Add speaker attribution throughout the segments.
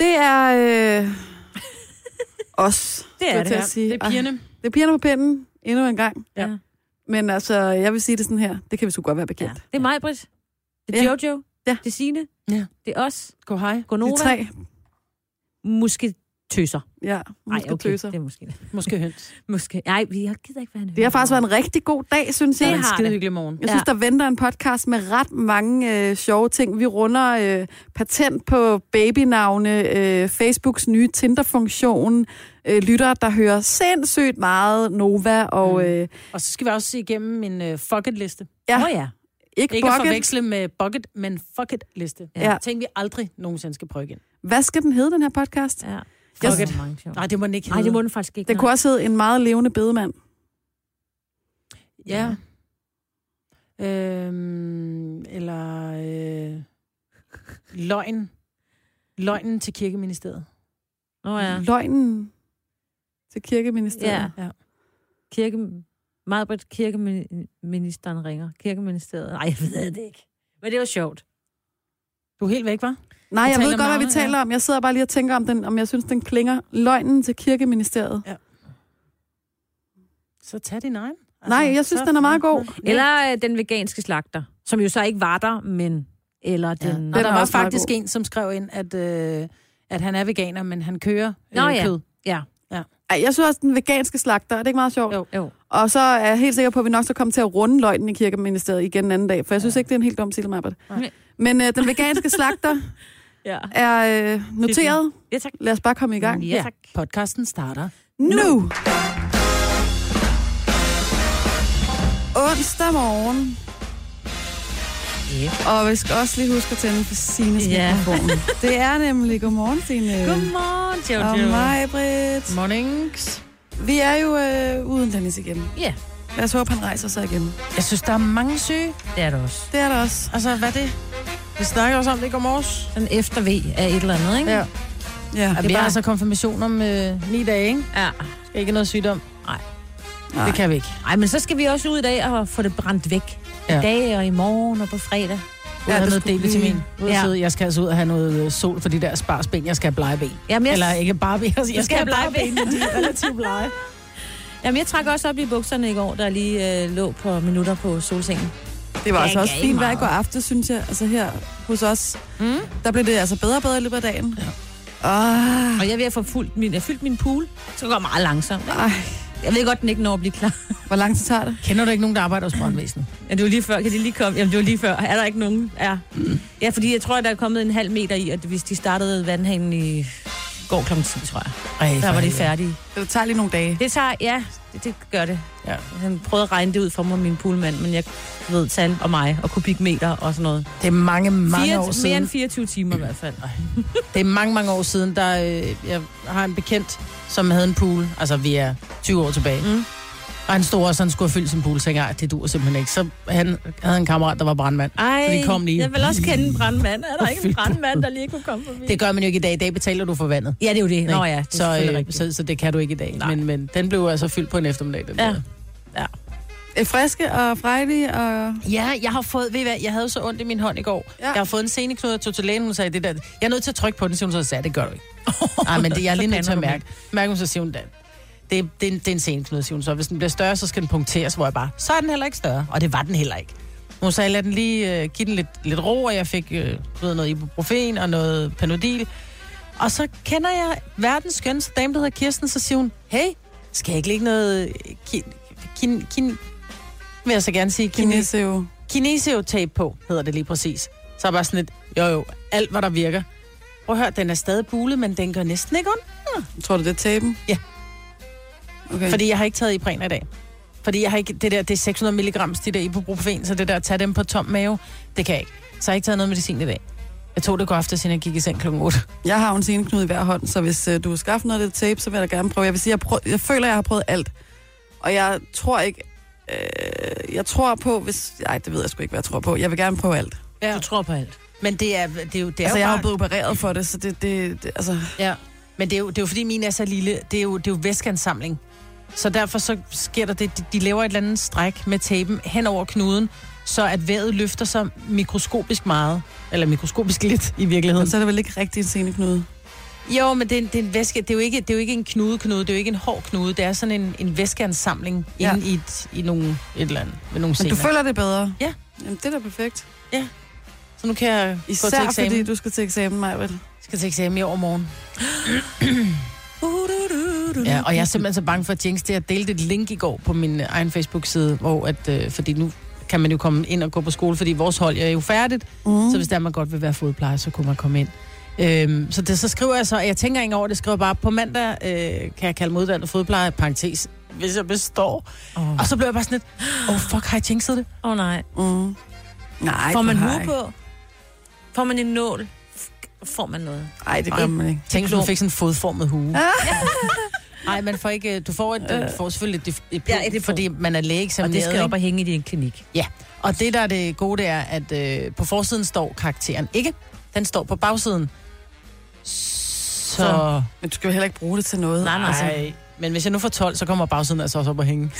Speaker 1: Det er øh, os,
Speaker 2: Det
Speaker 1: skulle
Speaker 2: er
Speaker 1: jeg til
Speaker 2: det.
Speaker 1: at sige.
Speaker 3: Det er
Speaker 1: Ej,
Speaker 3: pigerne.
Speaker 1: det er pigerne på pinden, endnu en gang.
Speaker 3: Ja.
Speaker 1: Men altså, jeg vil sige det sådan her. Det kan vi sgu godt være
Speaker 2: Ja.
Speaker 1: bekendt.
Speaker 2: Det er mig, Britt. Det er
Speaker 1: Ja.
Speaker 2: Jojo.
Speaker 1: Ja.
Speaker 2: Det er Signe.
Speaker 3: Ja.
Speaker 2: Det er os.
Speaker 3: Go hej.
Speaker 1: De
Speaker 2: Gonova.
Speaker 1: tre,
Speaker 2: Måske tøser.
Speaker 1: ja,
Speaker 2: Nej,
Speaker 1: måske
Speaker 2: okay.
Speaker 1: tøser.
Speaker 2: Det er måske.
Speaker 3: Måske høns.
Speaker 2: Måske. Nej, vi har gider ikke være en
Speaker 1: Det har
Speaker 2: høne.
Speaker 1: faktisk været en rigtig god dag, synes
Speaker 2: Det
Speaker 1: jeg.
Speaker 3: Det er en
Speaker 2: har
Speaker 3: skide
Speaker 2: det.
Speaker 3: hyggelig morgen.
Speaker 1: Jeg synes,
Speaker 2: Ja.
Speaker 1: der venter en podcast med ret mange øh, sjove ting. Vi runder øh, patent på babynavne, øh, Facebooks nye Tinder-funktion, øh, lyttere, der hører sindssygt meget Nova,
Speaker 2: Mm.
Speaker 1: og øh,
Speaker 3: Og så skal vi også se igennem en uh, fucket-liste.
Speaker 1: Ja.
Speaker 2: Åh ja.
Speaker 1: ikke,
Speaker 3: Ikke at
Speaker 1: bucket.
Speaker 3: forveksle med bucket, men fucket-liste.
Speaker 1: Ja.
Speaker 3: Ting, vi aldrig nogensinde skal prøve igen.
Speaker 1: Hvad skal den hedde, den her podcast?
Speaker 2: ja.
Speaker 1: Jeg
Speaker 2: Fuck
Speaker 3: synes-
Speaker 2: it. Mange sjove.
Speaker 3: Nej, det må den ikke
Speaker 2: Nej,
Speaker 3: hedde.
Speaker 2: det må den faktisk ikke.
Speaker 1: Den kunne også hedde En meget levende bedemand.
Speaker 3: Ja. Øhm, eller øh, løgn. Løgnen til kirkeministeriet.
Speaker 2: Nå ja.
Speaker 1: Løgnen til kirkeministeriet.
Speaker 2: Ja.
Speaker 3: Ja.
Speaker 2: Kirke... Majbrit kirkeministeren ringer. Kirkeministeriet. Nej, jeg ved det ikke. Men det var sjovt.
Speaker 3: Du er helt væk, var?
Speaker 1: Nej,
Speaker 3: Vi
Speaker 1: jeg ved
Speaker 3: taler
Speaker 1: godt,
Speaker 3: om
Speaker 1: hvad vi
Speaker 3: navne, ja.
Speaker 1: taler om. Jeg sidder bare lige og tænker om den, om jeg synes, den klinger. Løgnen til kirkeministeriet.
Speaker 3: Så tag din egen. Altså,
Speaker 1: Nej, jeg synes,
Speaker 3: så-
Speaker 1: den er meget god.
Speaker 2: Altså, Eller øh, den veganske slagter, som jo så ikke var der, men... Eller
Speaker 3: Ja.
Speaker 2: den...
Speaker 3: Og
Speaker 1: Den
Speaker 3: der
Speaker 1: er
Speaker 3: var
Speaker 1: også meget
Speaker 3: faktisk
Speaker 1: god.
Speaker 3: en, som skrev ind, at, øh, at han er veganer, men han kører øh,
Speaker 2: Nå ja.
Speaker 3: kød.
Speaker 2: Ja.
Speaker 1: Ej, jeg synes også, den veganske slagter, er det ikke meget sjovt?
Speaker 3: Jo.
Speaker 2: Jo.
Speaker 1: Og så er jeg helt sikker på, at vi nok skal komme til at runde løgnen i kirkeministeriet igen en anden dag, for jeg synes ikke, det er en helt dum silmappet.
Speaker 3: Nej.
Speaker 1: Men øh, den veganske slagter
Speaker 2: Ja.
Speaker 1: er øh, noteret.
Speaker 2: Ja, tak.
Speaker 1: Lad os bare komme i gang.
Speaker 2: Ja, tak.
Speaker 3: Podcasten starter.
Speaker 1: Nu! Onsdag morgen.
Speaker 2: Yep.
Speaker 1: Og vi skal også lige huske at tænde for Sines
Speaker 2: Ja.
Speaker 1: mikrofon. Det er nemlig godmorgen, Sine.
Speaker 2: Godmorgen,
Speaker 1: Og
Speaker 2: Jojo.
Speaker 1: mig, Britt.
Speaker 3: Mornings.
Speaker 1: Vi er jo øh, uden Dennis igen.
Speaker 2: Ja,
Speaker 1: Lad os håbe, han rejser sig igen.
Speaker 3: Jeg synes, der er mange syge.
Speaker 2: det er det også.
Speaker 1: Det er der også.
Speaker 3: Altså, hvad er det? Vi snakker også om det i går morges.
Speaker 2: Sådan efterved af et eller andet, ikke?
Speaker 3: Ja.
Speaker 1: Ja.
Speaker 3: Det er bare
Speaker 2: bare-
Speaker 3: altså konfirmation om øh, ni dage, ikke?
Speaker 2: ja.
Speaker 3: Ikke noget sygdom.
Speaker 1: Nej.
Speaker 3: Det kan vi ikke.
Speaker 2: Ej, men så skal vi også ud i dag og få det brændt væk. I
Speaker 3: Ja.
Speaker 2: dag og i morgen og på fredag.
Speaker 3: Ja,
Speaker 1: det
Speaker 3: have noget
Speaker 1: skulle
Speaker 3: D-vitamin.
Speaker 1: blive-
Speaker 3: Ud at
Speaker 2: Ja.
Speaker 3: sidde. Jeg skal altså ud og have noget øh, sol for de der sparsben. Jeg skal have blege ben.
Speaker 2: Jamen, jeg,
Speaker 3: Eller ikke bare ben. Jeg skal,
Speaker 2: skal
Speaker 3: have blege
Speaker 2: have
Speaker 3: ben,
Speaker 2: blege
Speaker 3: men de er relativt blege.
Speaker 2: jamen, jeg trak også op i bukserne i går, der lige øh, lå på minutter på solsengen.
Speaker 1: Det var
Speaker 2: Det
Speaker 1: altså også
Speaker 2: gav
Speaker 1: fint vejr i
Speaker 2: meget.
Speaker 1: går aftes, synes jeg. Altså her hos os,
Speaker 2: Mm.
Speaker 1: der blev det altså bedre og bedre i løbet af dagen. Ja. Ah,
Speaker 2: Og jeg er ved at få fuldt min, jeg har fyldt min pool, så det går meget langsomt. ikke?
Speaker 1: ej,
Speaker 2: Jeg ved godt, den ikke når at blive klar.
Speaker 1: hvor lang tid tager det?
Speaker 3: Kender du ikke nogen, der arbejder hos brandvæsenet?
Speaker 2: Ja, det var lige før. Kan de lige komme? Jamen, det var lige før. Er der ikke nogen? Ja. Ja, fordi jeg tror, der er kommet en halv meter i, at hvis de startede vandhanen i går kl. 10, tror jeg.
Speaker 3: Ej,
Speaker 2: Der var de
Speaker 3: det
Speaker 2: færdige.
Speaker 1: Det tager lige nogle dage.
Speaker 2: Det tager, ja, det, det gør det.
Speaker 3: Ja.
Speaker 2: Han prøvede at regne det ud for mig, min poolmand, men jeg ved tal og mig og kubikmeter og sådan noget.
Speaker 3: Det er mange, mange
Speaker 2: Fire,
Speaker 3: år
Speaker 2: mere
Speaker 3: siden.
Speaker 2: end 24 timer i hvert fald.
Speaker 3: Det er mange, mange år siden, der øh, jeg har en bekendt, som havde en pool. Altså, vi er 20 år tilbage.
Speaker 2: Mm.
Speaker 3: Og han stod også, han skulle have fyldt sin pool, så tænkte jeg, "Ej, det dur simpelthen ikke. Så han havde en kammerat, der var brandmand.
Speaker 2: Ej,
Speaker 3: Så de kom lige.
Speaker 2: jeg vil også kende en brandmand. Er der ikke en
Speaker 3: Fyldt på.
Speaker 2: brandmand, der lige kunne komme forbi?
Speaker 3: Det gør man jo ikke i dag. I dag betaler du for vandet.
Speaker 2: Ja, det er jo det. Nå ja, det er
Speaker 3: så,
Speaker 2: selvfølgelig
Speaker 3: øh,
Speaker 2: rigtigt.
Speaker 3: så, så det kan du ikke i dag.
Speaker 2: Nej.
Speaker 3: Men, men den blev altså fyldt på en eftermiddag. Den
Speaker 2: Ja.
Speaker 3: der.
Speaker 1: Er Øh, friske og frejlige og...
Speaker 3: ja, jeg har fået, ved I hvad, jeg havde så ondt i min hånd i går.
Speaker 1: Ja.
Speaker 3: Jeg har fået en seneknude, jeg tog til lægen, hun sagde det der. Jeg er nødt til at trykke på den, siger hun så, sagde, det gør du ikke. Nej, men det, jeg er lige
Speaker 2: Så
Speaker 3: nødt til at
Speaker 2: pander du
Speaker 3: mærke. Mærke hun, så siger hun, det, det, er- det, er en- det er en senknude, siger hun så. Hvis den bliver større, så skal den punkteres, hvor jeg bare, så er den heller ikke større. Og det var den heller ikke. Hun sagde, lad den lige, uh, give den lidt, lidt ro, og jeg fik uh, noget ibuprofen og noget panodil. Og så kender jeg verdens skønste dame, der hedder Kirsten, så siger hun, hey, skal jeg ikke lægge noget øh, kin, kin, kin, vil jeg så gerne sige, kines,
Speaker 1: Kineseo.
Speaker 3: kinesio-tape på, hedder det lige præcis. Så er jeg bare sådan lidt, jo jo, alt hvad der virker. Prøv at høre, den er stadig bulet, men den gør næsten ikke ondt.
Speaker 1: Tror du, det er taben?
Speaker 3: Ja.
Speaker 1: Okay. Fordi...
Speaker 3: Fordi jeg har ikke taget Ipren i dag. Fordi jeg har ikke, det der, det er 600 milligrams, de der ibuprofen, så det der at tage dem på tom mave, det kan jeg ikke. Så jeg har ikke taget noget medicin i dag. Jeg tog det går aftes, inden jeg gik i seng kl. 8.
Speaker 1: Jeg har jo en seneknude i hver hånd, så hvis øh, du har skaffet noget af det tape, så vil jeg da gerne prøve. Jeg vil sige, jeg, prøv... jeg føler, jeg har prøvet alt. Og jeg tror ikke... Øh, jeg tror på, hvis... Ej, det ved jeg sgu ikke, hvad jeg tror på. Jeg vil gerne prøve alt.
Speaker 3: Ja.
Speaker 2: Du tror på alt.
Speaker 3: Men det er, det er jo, det er
Speaker 1: altså,
Speaker 3: jo
Speaker 1: jeg har
Speaker 3: bare...
Speaker 1: jo blevet opereret for det, så det... det, det altså,
Speaker 3: Ja, men det er, jo, det er jo fordi min er så lille. Det er jo, det er jo væskeansamling. Så derfor så sker der det, de, de laver et eller andet stræk med tapen hen over knuden, så at vævet løfter sig mikroskopisk meget, eller mikroskopisk lidt i virkeligheden.
Speaker 1: så er det vel ikke rigtig en seneknude.
Speaker 3: Jo, men det er, en- det er en væske. Det er jo ikke, det er jo ikke en knude-knude. Det er jo ikke en hård knude. Det er sådan en, en væskeansamling
Speaker 1: Ja.
Speaker 3: ja. inde i, et, i nogle, et eller andet. Med nogle
Speaker 1: Men
Speaker 3: scener.
Speaker 1: du føler det bedre?
Speaker 3: Ja.
Speaker 1: Jamen, det er da perfekt.
Speaker 3: Så nu kan jeg Især gå til
Speaker 1: Især
Speaker 3: eksamen.
Speaker 1: fordi
Speaker 3: Fordi...
Speaker 1: du skal til eksamen, Majvel.
Speaker 3: skal til eksamen i overmorgen. Ja, og jeg er simpelthen så bange for at jinx det. Jeg delte et link i går på min øh, egen Facebook-side, hvor at, øh, fordi nu kan man jo komme ind og gå på skole, fordi vores hold er jo færdigt.
Speaker 1: Mm.
Speaker 3: Så hvis der man godt vil være fodplejer, så kunne man komme ind. Øhm, så, det, så skriver jeg så, jeg tænker ikke over det, skriver bare, på mandag øh, kan jeg kalde moddannet fodplejer, parentes, hvis jeg består.
Speaker 2: Åh
Speaker 3: Og så blev jeg bare sådan lidt, oh fuck, har jeg jinxet det?
Speaker 2: oh, nej.
Speaker 1: Mm. Nej,
Speaker 2: Får
Speaker 1: du
Speaker 2: man
Speaker 1: har
Speaker 2: hue
Speaker 1: ikke.
Speaker 2: på? Får man en nål? F- Får man noget?
Speaker 1: Nej, det gør
Speaker 3: Ej.
Speaker 1: man ikke.
Speaker 3: Tænk, hvis
Speaker 2: klog.
Speaker 3: du fik sådan en fodformet hue. Nej, man får ikke, øh, du får, et, øh, du får selvfølgelig et, dif- et,
Speaker 2: Ja,
Speaker 3: ja,
Speaker 2: et diplom.
Speaker 3: et fordi man er lægeeksamineret.
Speaker 2: Og det skal
Speaker 3: ikke?
Speaker 2: op og hænge i din klinik.
Speaker 3: Og det, der er det gode, det er, at øh, på forsiden står karakteren ikke. Den står på bagsiden. Så...
Speaker 2: Så-
Speaker 1: Men du skal jo heller ikke bruge det til noget. Altså,
Speaker 2: Nej, nej.
Speaker 3: Ej. Men hvis jeg nu får 12, så kommer bagsiden altså også op og hænge.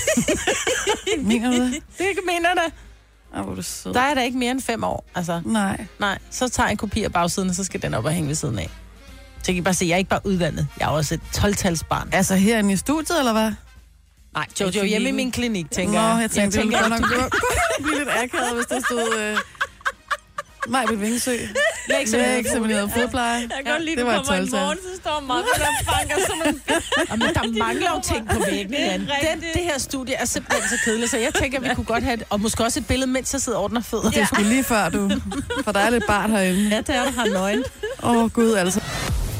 Speaker 1: Mener du det?
Speaker 3: Det mener det.
Speaker 1: Ej, hvor er du sød.
Speaker 3: Der er der ikke mere end fem år. Altså,
Speaker 1: Nej.
Speaker 3: nej. Så tager jeg en kopi af bagsiden, og så skal den op og hænge ved siden af. Så kan I bare se, jeg er ikke bare uddannet. Jeg er også et 12-talsbarn.
Speaker 1: Altså herinde i studiet, eller hvad?
Speaker 3: Nej, Jojo, hjemme i min klinik, tænker
Speaker 1: Nå,
Speaker 3: jeg.
Speaker 1: jeg tænkte,
Speaker 3: jeg
Speaker 1: jeg det
Speaker 3: tænker,
Speaker 1: ville godt nok gå- blive lidt akavet, hvis der stod... Øh, Maj ved Vingsø. Lægeeksamineret fodpleje.
Speaker 2: Jeg
Speaker 1: kan godt lide, Ja, det du var et kommer en 12-tal. morgen,
Speaker 2: så står mig, der banker som en
Speaker 3: Og men der mangler jo ting på væggen,
Speaker 2: Det er
Speaker 3: Jan. Den,
Speaker 2: rigtigt.
Speaker 3: det her studie er simpelthen så kedeligt, så jeg tænker, vi kunne godt have det. Og måske også et billede, mens jeg sidder og ordner fødder.
Speaker 1: Det er sgu lige før, du. For der er lidt bart herinde.
Speaker 3: Ja, det er der har nøgen.
Speaker 1: Åh, oh, gud, altså.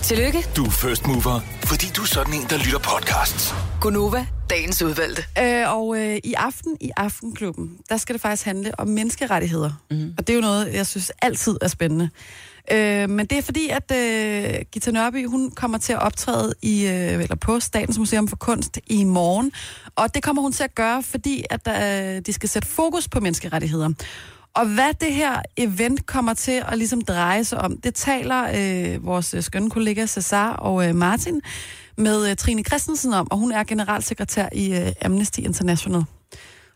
Speaker 4: Tillykke,
Speaker 5: Du er first mover, fordi du er sådan en, der lytter podcasts.
Speaker 4: Gunova, dagens udvalgte.
Speaker 1: Øh, og øh, i aften i Aftenklubben, der skal det faktisk handle om menneskerettigheder. Mm. Og det er jo noget, jeg synes altid er spændende. Øh, men det er fordi, at øh, Gita Nørby, hun kommer til at optræde i, øh, eller på Statens Museum for Kunst i morgen. Og det kommer hun til at gøre, fordi at øh, de skal sætte fokus på menneskerettigheder. Og hvad det her event kommer til at ligesom dreje sig om, det taler øh, vores øh, skønne kollega Cesar og øh, Martin med øh, Trine Christensen om, og hun er generalsekretær i øh, Amnesty International.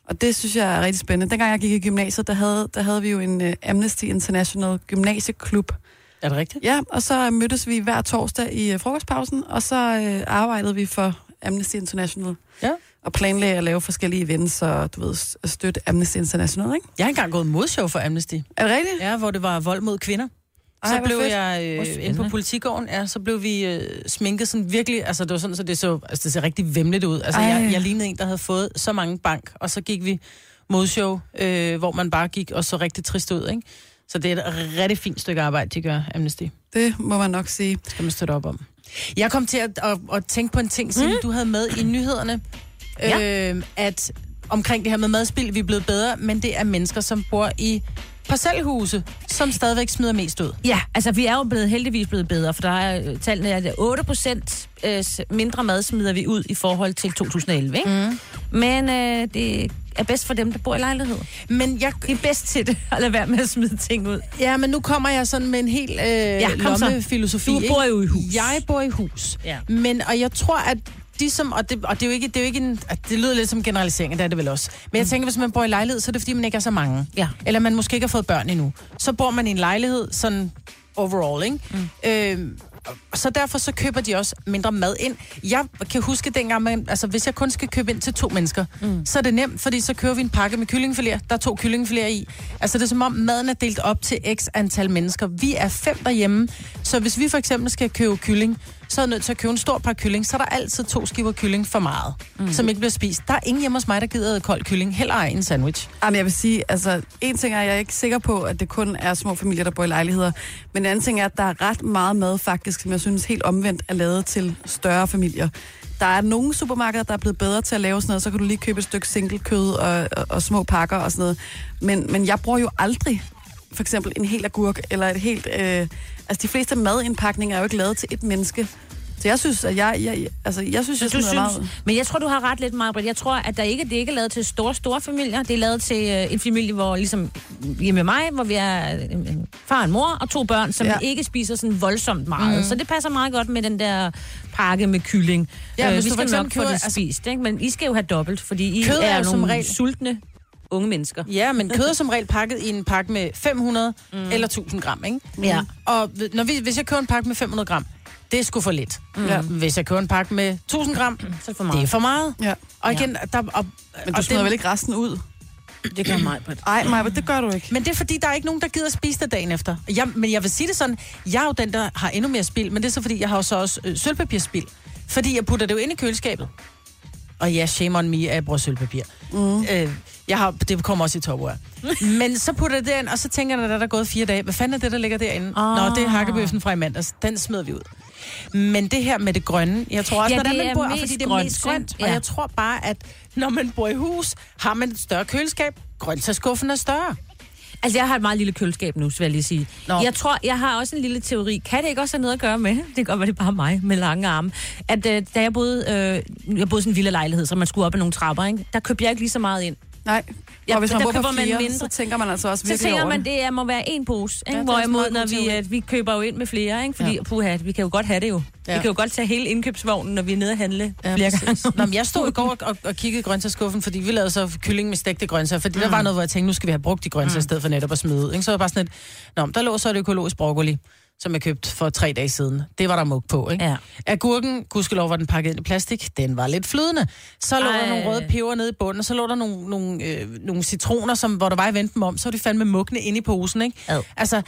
Speaker 1: Og det synes jeg er rigtig spændende. Dengang jeg gik i gymnasiet, der havde, der havde vi jo en øh, Amnesty International gymnasieklub.
Speaker 3: Er det rigtigt?
Speaker 1: Ja, og så øh, mødtes vi hver torsdag i øh, frokostpausen, og så øh, arbejdede vi for Amnesty International.
Speaker 3: Ja.
Speaker 1: Og planlagde at lave forskellige events, og du ved, s- at støtte Amnesty International, ikke?
Speaker 3: Jeg har engang gået modshow for Amnesty.
Speaker 1: Er det rigtigt?
Speaker 3: Ja, hvor det var vold mod kvinder. Så
Speaker 1: Ej, hvor
Speaker 3: blev
Speaker 1: fedt.
Speaker 3: jeg
Speaker 2: Hvor
Speaker 3: øh, inde på
Speaker 2: spændende.
Speaker 3: politigården, ja, så blev vi øh, sminket sådan virkelig, altså det var sådan, så det så, altså det ser rigtig vemmeligt ud. Altså
Speaker 1: Ej.
Speaker 3: jeg, jeg lignede en, der havde fået så mange bank, og så gik vi modshow, øh, hvor man bare gik og så rigtig trist ud, ikke? Så det er et rigtig fint stykke arbejde, de gør, Amnesty.
Speaker 1: Det må man nok sige.
Speaker 3: skal man støtte op om. Jeg kom til at, at, at tænke på en ting, som mm. du havde med i nyhederne, ja. øh, at omkring det her med madspild, vi er blevet bedre, men det er mennesker, som bor i parcelhuse, som stadigvæk smider mest ud.
Speaker 2: Ja, altså vi er jo blevet, heldigvis blevet bedre, for der er øh, tallene er at 8 procent øh, mindre mad smider vi ud i forhold til 2011, ikke? Mm. Men øh, det er bedst for dem, der bor i lejlighed.
Speaker 3: Men jeg,
Speaker 2: De er bedst til det, at lade være med at smide ting ud.
Speaker 3: ja, men nu kommer jeg sådan med en helt øh, ja,
Speaker 2: kom så.
Speaker 3: lommefilosofi.
Speaker 2: Du
Speaker 3: ikke?
Speaker 2: bor jo i hus.
Speaker 3: Jeg bor i hus.
Speaker 2: Ja.
Speaker 3: Men, og jeg tror, at de som, og det, og det er jo ikke, det er jo ikke en, at det lyder lidt som generalisering, og det er det vel også. Men
Speaker 2: Mm.
Speaker 3: jeg tænker, hvis man bor i lejlighed, så er det fordi, man ikke er så mange.
Speaker 2: Ja.
Speaker 3: Eller man måske ikke har fået børn endnu. Så bor man i en lejlighed, sådan overall, ikke? Mm. Øh, så derfor så køber de også mindre mad ind. Jeg kan huske dengang, man, altså hvis jeg kun skal købe ind til to mennesker, mm. så er det nemt, fordi så kører vi en pakke med kyllingfiléer. Der er to kyllingfiléer i. Altså det er som om maden er delt op til x antal mennesker. Vi er fem derhjemme, så hvis vi for eksempel skal købe kylling, så er jeg nødt til at købe en stor pakke kylling, så er der altid to skiver kylling for meget, mm. som ikke bliver spist. Der er ingen hjemme hos mig, der gider æde kold kylling, heller ej en sandwich.
Speaker 1: Jamen, jeg vil sige, altså, en ting er, jeg er ikke sikker på, at det kun er små familier, der bor i lejligheder. Men en anden ting er, at der er ret meget mad faktisk, som jeg synes helt omvendt er lavet til større familier. Der er nogle supermarkeder, der er blevet bedre til at lave sådan noget, så kan du lige købe et stykke single kød og, og, og små pakker og sådan noget. Men, men jeg bruger jo aldrig for eksempel en hel agurk eller et helt... Øh, altså, de fleste madindpakninger er jo ikke lavet til et menneske. Så jeg synes, at jeg... jeg altså, jeg synes, jeg
Speaker 2: Så du
Speaker 1: smider meget ud.
Speaker 2: synes, men jeg tror, du har ret lidt, Maja. Jeg tror, at der ikke, det ikke er lavet til store, store familier. Det er lavet til øh, en familie, hvor ligesom hjemme med mig, hvor vi er øh, en far og en mor og to børn, som
Speaker 1: Ja.
Speaker 2: ja. ikke spiser sådan voldsomt meget. Mm. Så det passer meget godt med den der pakke med kylling.
Speaker 3: Ja,
Speaker 2: Ja, øh,
Speaker 3: hvis
Speaker 2: vi
Speaker 3: du for
Speaker 2: skal
Speaker 3: eksempel
Speaker 2: nok få
Speaker 3: køber-
Speaker 2: det
Speaker 3: altså-
Speaker 2: spist, ikke? men I skal jo have dobbelt, fordi I
Speaker 3: Kød
Speaker 2: er,
Speaker 3: er jo
Speaker 2: nogle
Speaker 3: som regel-
Speaker 2: sultne unge mennesker.
Speaker 3: Ja, men kød er som regel pakket i en pakke med 500 mm. eller 1000 gram, ikke?
Speaker 2: Ja.
Speaker 3: Og ved- når vi, hvis jeg køber en pakke med 500 gram, det er sgu for lidt. Mm. Hvis jeg køber en pakke med 1000 gram,
Speaker 2: Så er det for
Speaker 3: det er
Speaker 2: meget.
Speaker 3: for meget.
Speaker 1: Ja.
Speaker 3: Og igen, der, og,
Speaker 1: Men du
Speaker 3: og
Speaker 1: smider vel ikke resten ud?
Speaker 2: Det, det gør mig, Britt.
Speaker 1: Ej, Maja, det gør du ikke.
Speaker 3: Men det er fordi, der er ikke nogen, der gider spise det dagen efter. Jeg, men jeg vil sige det sådan, jeg er jo den, der har endnu mere spild, men det er så fordi, jeg har jo så også øh, sølvpapirspild. Fordi jeg putter det jo ind i køleskabet. Og ja, shame on me, at jeg bruger sølvpapir. Mm. Øh, jeg har, det kommer også i topware. men så putter jeg det ind, og så tænker jeg, at der er gået fire dage. Hvad fanden er det, der ligger derinde? Ah. Nå, det er hakkebøffen fra i mandags. Den smider vi ud. Men det her med det grønne, jeg tror også,
Speaker 2: Ja,
Speaker 3: ja, hvordan
Speaker 2: det
Speaker 3: man
Speaker 2: er
Speaker 3: bor,
Speaker 2: mest
Speaker 3: fordi det er
Speaker 2: grønt,
Speaker 3: mest grønt.
Speaker 2: ikke?
Speaker 3: Og
Speaker 2: Ja.
Speaker 3: jeg tror bare, at når man bor i hus, har man et større køleskab. Grøntsagsskuffen er større.
Speaker 2: Altså, jeg har et meget lille køleskab nu, så vil jeg lige sige.
Speaker 3: Nå.
Speaker 2: Nå. Jeg tror, jeg har også en lille teori. Kan det ikke også have noget at gøre med, det kan godt være, det er bare mig med lange arme, at øh, da jeg boede, øh, jeg boede i sådan en vilde lejlighed, så man skulle op ad nogle trapper, ikke? der købte jeg ikke lige så meget ind.
Speaker 1: Nej.
Speaker 2: Ja,
Speaker 1: og hvis man
Speaker 2: der
Speaker 1: bor på
Speaker 2: køber man
Speaker 1: fire,
Speaker 2: mindre.
Speaker 1: så tænker man altså også
Speaker 2: Så
Speaker 1: virkelig
Speaker 2: tænker
Speaker 1: over
Speaker 2: man,
Speaker 1: det.
Speaker 2: det er- må være en pose, ikke?
Speaker 3: Ja,
Speaker 2: Ja,
Speaker 3: det er også
Speaker 2: hvorimod
Speaker 3: meget god
Speaker 2: når vi,
Speaker 3: teori.
Speaker 2: at vi køber jo ind med flere, ikke? fordi ja. puha, vi kan jo godt have det jo. Ja.
Speaker 3: Ja.
Speaker 2: Vi kan jo godt tage hele indkøbsvognen, når vi er nede at handle ja, flere
Speaker 3: præcis.
Speaker 2: gange.
Speaker 3: Nå, men jeg stod i går og- og, og kiggede i grøntsagsskuffen, fordi vi lavede så kylling med stegte grøntsager, fordi mm. der var noget, hvor jeg tænkte, nu skal vi have brugt de grøntsager, mm. i stedet for netop at smide ud. Ikke? Så var jeg bare sådan et, Nå, men der lå så et økologisk broccoli, som jeg købte for tre dage siden. Det var der mug på, ikke?
Speaker 2: Ja.
Speaker 3: Agurken, gudskelov, var den pakket ind i plastik. Den var lidt flydende. Så lå Ej. der
Speaker 2: Ej.
Speaker 3: nogle røde peber nede i bunden, og så lå der nogle, nogle, øh, nogle citroner, som, hvor der var i vente dem om, så var de fandme mugne inde i posen, ikke?
Speaker 2: Ad.
Speaker 3: Altså,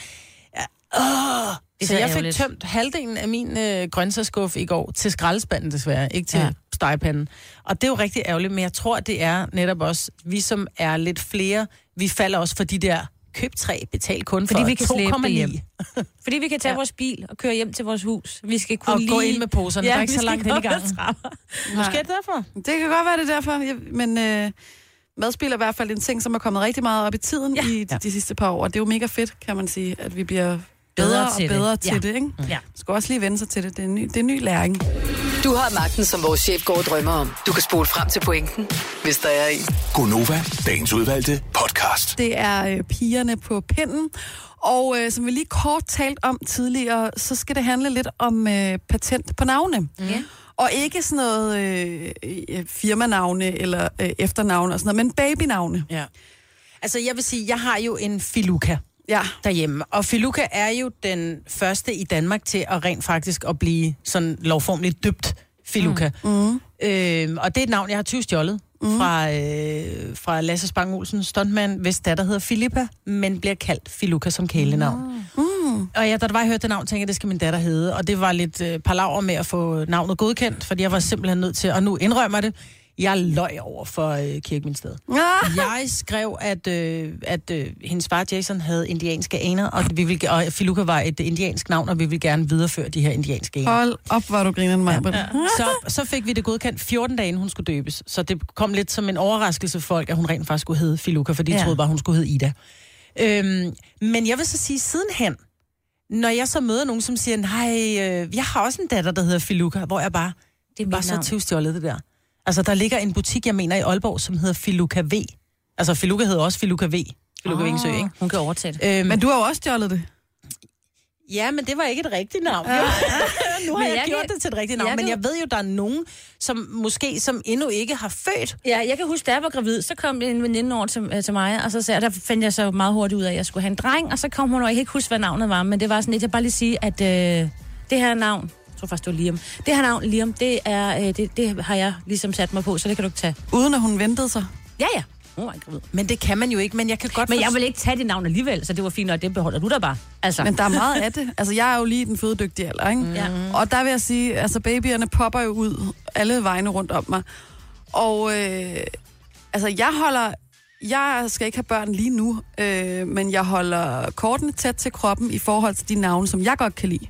Speaker 2: Det er
Speaker 3: så, så jeg fik
Speaker 2: ærgerligt.
Speaker 3: tømt halvdelen af min øh, grøntsagsskuffe i går til skraldespanden desværre, ikke til ja.
Speaker 2: Ja.
Speaker 3: stegepanden. Og det er jo rigtig ærgerligt, men jeg tror, det er netop også, vi som er lidt flere, vi falder også for de der køb tre, betal kun
Speaker 2: Fordi
Speaker 3: for
Speaker 2: vi kan slæbe det hjem.
Speaker 3: 2,9.
Speaker 2: Fordi vi kan tage ja. vores bil og køre hjem til vores hus. Vi skal kunne
Speaker 3: Og
Speaker 2: lige...
Speaker 3: gå ind med poserne, ja, der er ikke
Speaker 2: vi
Speaker 3: så
Speaker 2: skal
Speaker 3: langt hen i
Speaker 2: gå op ad
Speaker 3: gangen.
Speaker 2: trapper.
Speaker 3: Måske er det derfor.
Speaker 1: Det kan godt være, det er derfor. Jeg, men øh, madspil er i hvert fald en ting, som er kommet rigtig meget op i tiden ja. i de, de sidste par år. Og det er jo mega fedt, kan man sige, at vi bliver bedre,
Speaker 2: Bedre
Speaker 1: bedre
Speaker 2: til
Speaker 1: og
Speaker 2: det.
Speaker 1: bedre til
Speaker 2: Ja. Mm.
Speaker 1: det. Ikke?
Speaker 3: Mm.
Speaker 1: Man
Speaker 2: Ja.
Speaker 1: skal også lige vende sig til det. Det er en ny, det er en ny læring.
Speaker 4: Du har magten, som vores chef går og drømmer om. Du kan spole frem til pointen, hvis der er en.
Speaker 5: Gonova, dagens udvalgte podcast.
Speaker 1: Det er øh, pigerne på pinden. Og øh, som vi lige kort talt om tidligere, så skal det handle lidt om øh, patent på navne. Mm.
Speaker 2: Ja.
Speaker 1: Og ikke sådan noget øh, øh, firmanavne eller øh, efternavne og sådan noget, men babynavne.
Speaker 3: Ja. Altså, jeg vil sige, jeg har jo en filuka.
Speaker 1: Ja,
Speaker 3: derhjemme. Og Filuka er jo den første i Danmark til at rent faktisk at blive sådan lovformeligt dybt Filuka. Mm. Øhm, og det er et navn, jeg har tyvstjålet mm. fra, øh, fra Lasse Spang Olsen, stuntmand, hvis datter hedder Filippa, men bliver kaldt Filuka som kælenavn. Mm. Og ja, da det var, jeg hørte det navn, tænkte jeg, det skal min datter hedde. Og det var lidt øh, palaver med at få navnet godkendt, fordi jeg var simpelthen nødt til, og nu indrømmer jeg det, jeg løj over for øh, kirkeministeriet.
Speaker 1: Ah!
Speaker 3: Jeg skrev, at, øh, at øh, hendes far Jason havde indianske aner, og, vi ville, og Filuka var et indiansk navn, og vi ville gerne videreføre de her indianske aner.
Speaker 1: hold op, hvor du griner mig. Ja.
Speaker 3: Så, så fik vi det godkendt 14 dage, inden hun skulle døbes. Så det kom lidt som en overraskelse for folk, at hun rent faktisk skulle hedde Filuka, for de ja.
Speaker 2: Ja.
Speaker 3: troede bare, hun skulle hedde Ida. Øhm, men jeg vil så sige, sidenhen, når jeg så møder nogen, som siger, nej, øh, jeg har også en datter, der hedder Filuka, hvor jeg bare,
Speaker 2: Det er
Speaker 3: var
Speaker 2: mit
Speaker 3: så
Speaker 2: navn.
Speaker 3: tyvstjålet det der. Altså, der ligger en butik, jeg mener, i Aalborg, som hedder Filuka V. Altså, Filuka hedder også Filuka V. Filuka oh. Vingsø, ikke?
Speaker 2: Hun kan overtage det.
Speaker 3: Øhm,
Speaker 1: Men du har jo også stjålet det.
Speaker 3: Ja, men det var ikke et rigtigt navn. Ja. nu har
Speaker 2: Men
Speaker 3: jeg,
Speaker 2: jeg
Speaker 3: gjort
Speaker 2: kan-
Speaker 3: Ah. det til et rigtigt navn,
Speaker 2: jeg
Speaker 3: men
Speaker 2: kan-
Speaker 3: jeg ved jo, der er nogen, som måske som endnu ikke har født.
Speaker 2: Ja, jeg kan huske, da jeg var gravid, så kom en veninde over til, øh, til mig, og så sagde, og der fandt jeg så meget hurtigt ud af, at jeg skulle have en dreng, og så kom hun, og jeg kan ikke huske, hvad navnet var, men det var sådan lidt, jeg vil bare lige sige, at øh, det her navn, jeg tror faktisk, det var Liam, det her navn, Liam, det, er, øh, det, det har jeg ligesom sat mig på, så det kan du ikke tage.
Speaker 1: Uden at hun ventede sig.
Speaker 2: Ja, ja, hun var ikke gravid.
Speaker 3: Men det kan man jo ikke, men jeg kan godt
Speaker 2: Men jeg
Speaker 3: forst-
Speaker 2: vil ikke tage dit navn alligevel, så det var fint, og det beholder du der bare. Altså,
Speaker 1: Men der er meget af det. Altså, jeg er jo lige i den fødedygtige alder, ikke? Mm.
Speaker 2: Ja.
Speaker 1: Og der vil jeg sige, altså, babyerne popper jo ud alle vegne rundt om mig. Og øh, altså, jeg holder... Jeg skal ikke have børn lige nu, øh, men jeg holder kortene tæt til kroppen i forhold til de navne, som jeg godt kan lide.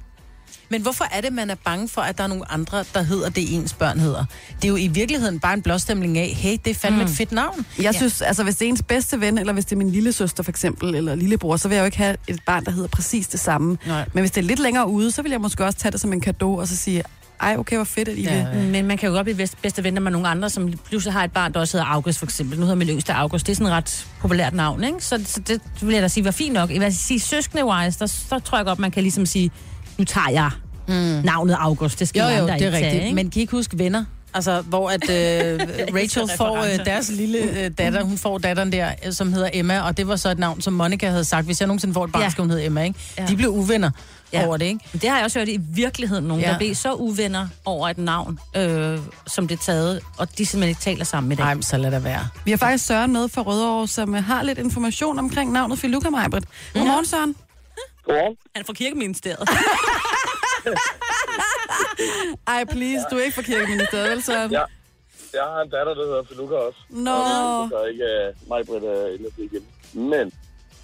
Speaker 3: Men hvorfor er det, man er bange for, at der er nogle andre, der hedder det, ens børn hedder? Det er jo i virkeligheden bare en blåstemning af, hey, det er fandme mm. et fedt navn.
Speaker 1: Jeg synes, altså hvis det er ens bedste ven, eller hvis det er min lille søster for eksempel, eller lillebror, så vil jeg jo ikke have et barn, der hedder præcis det samme.
Speaker 3: Nej.
Speaker 1: Men hvis det er lidt længere ude, så vil jeg måske også tage det som en gave og så sige, ej, okay, hvor fedt, at I
Speaker 3: Ja.
Speaker 1: ja. vil.
Speaker 2: Men man kan jo godt blive bedst- bedste venner med nogle andre, som pludselig har et barn, der også hedder August, for eksempel. Nu hedder min yngste August. Det er sådan et ret populært navn, ikke? Så, så det vil jeg da sige var fint nok. Jeg vil altså sige, søskende-wise, der, så tror jeg godt, man kan ligesom sige, nu tager jeg mm. navnet August. Det skal
Speaker 3: Jo,
Speaker 2: jo,
Speaker 3: jo,
Speaker 2: andre
Speaker 3: det er
Speaker 2: ikke
Speaker 3: rigtigt.
Speaker 2: Tage, ikke?
Speaker 3: Men kan I ikke huske venner? Altså, hvor at øh, Rachel
Speaker 2: Ekstra
Speaker 3: får øh,
Speaker 2: referencer.
Speaker 3: deres lille øh, datter, hun får datteren der, øh, som hedder Emma, og det var så et navn, som Monica havde sagt, hvis jeg nogensinde får et barn,
Speaker 2: Ja.
Speaker 3: skal hun hedde Emma, ikke?
Speaker 2: Ja.
Speaker 3: De blev uvenner
Speaker 2: Ja.
Speaker 3: over det, ikke?
Speaker 2: Men Det har jeg også hørt i virkeligheden, nogen,
Speaker 3: Ja.
Speaker 2: ja. der blev så uvenner over et navn, øh, som det er taget, og de simpelthen ikke taler sammen i dag.
Speaker 3: Nej, men så lad det være.
Speaker 1: Vi har faktisk Søren med fra Rødovre, som øh, har lidt information omkring navnet Filuka Majbrit. Godmorgen, Søren.
Speaker 6: Godmorgen.
Speaker 2: Han er fra kirkeministeriet.
Speaker 1: Ej, please, du er ikke fra kirkeministeriet, vel, Søren?
Speaker 6: Ja. Jeg har en datter, der hedder Feluca også.
Speaker 1: Nå,
Speaker 6: Så er ikke uh, mig, Britt, uh, inden jeg igen. Men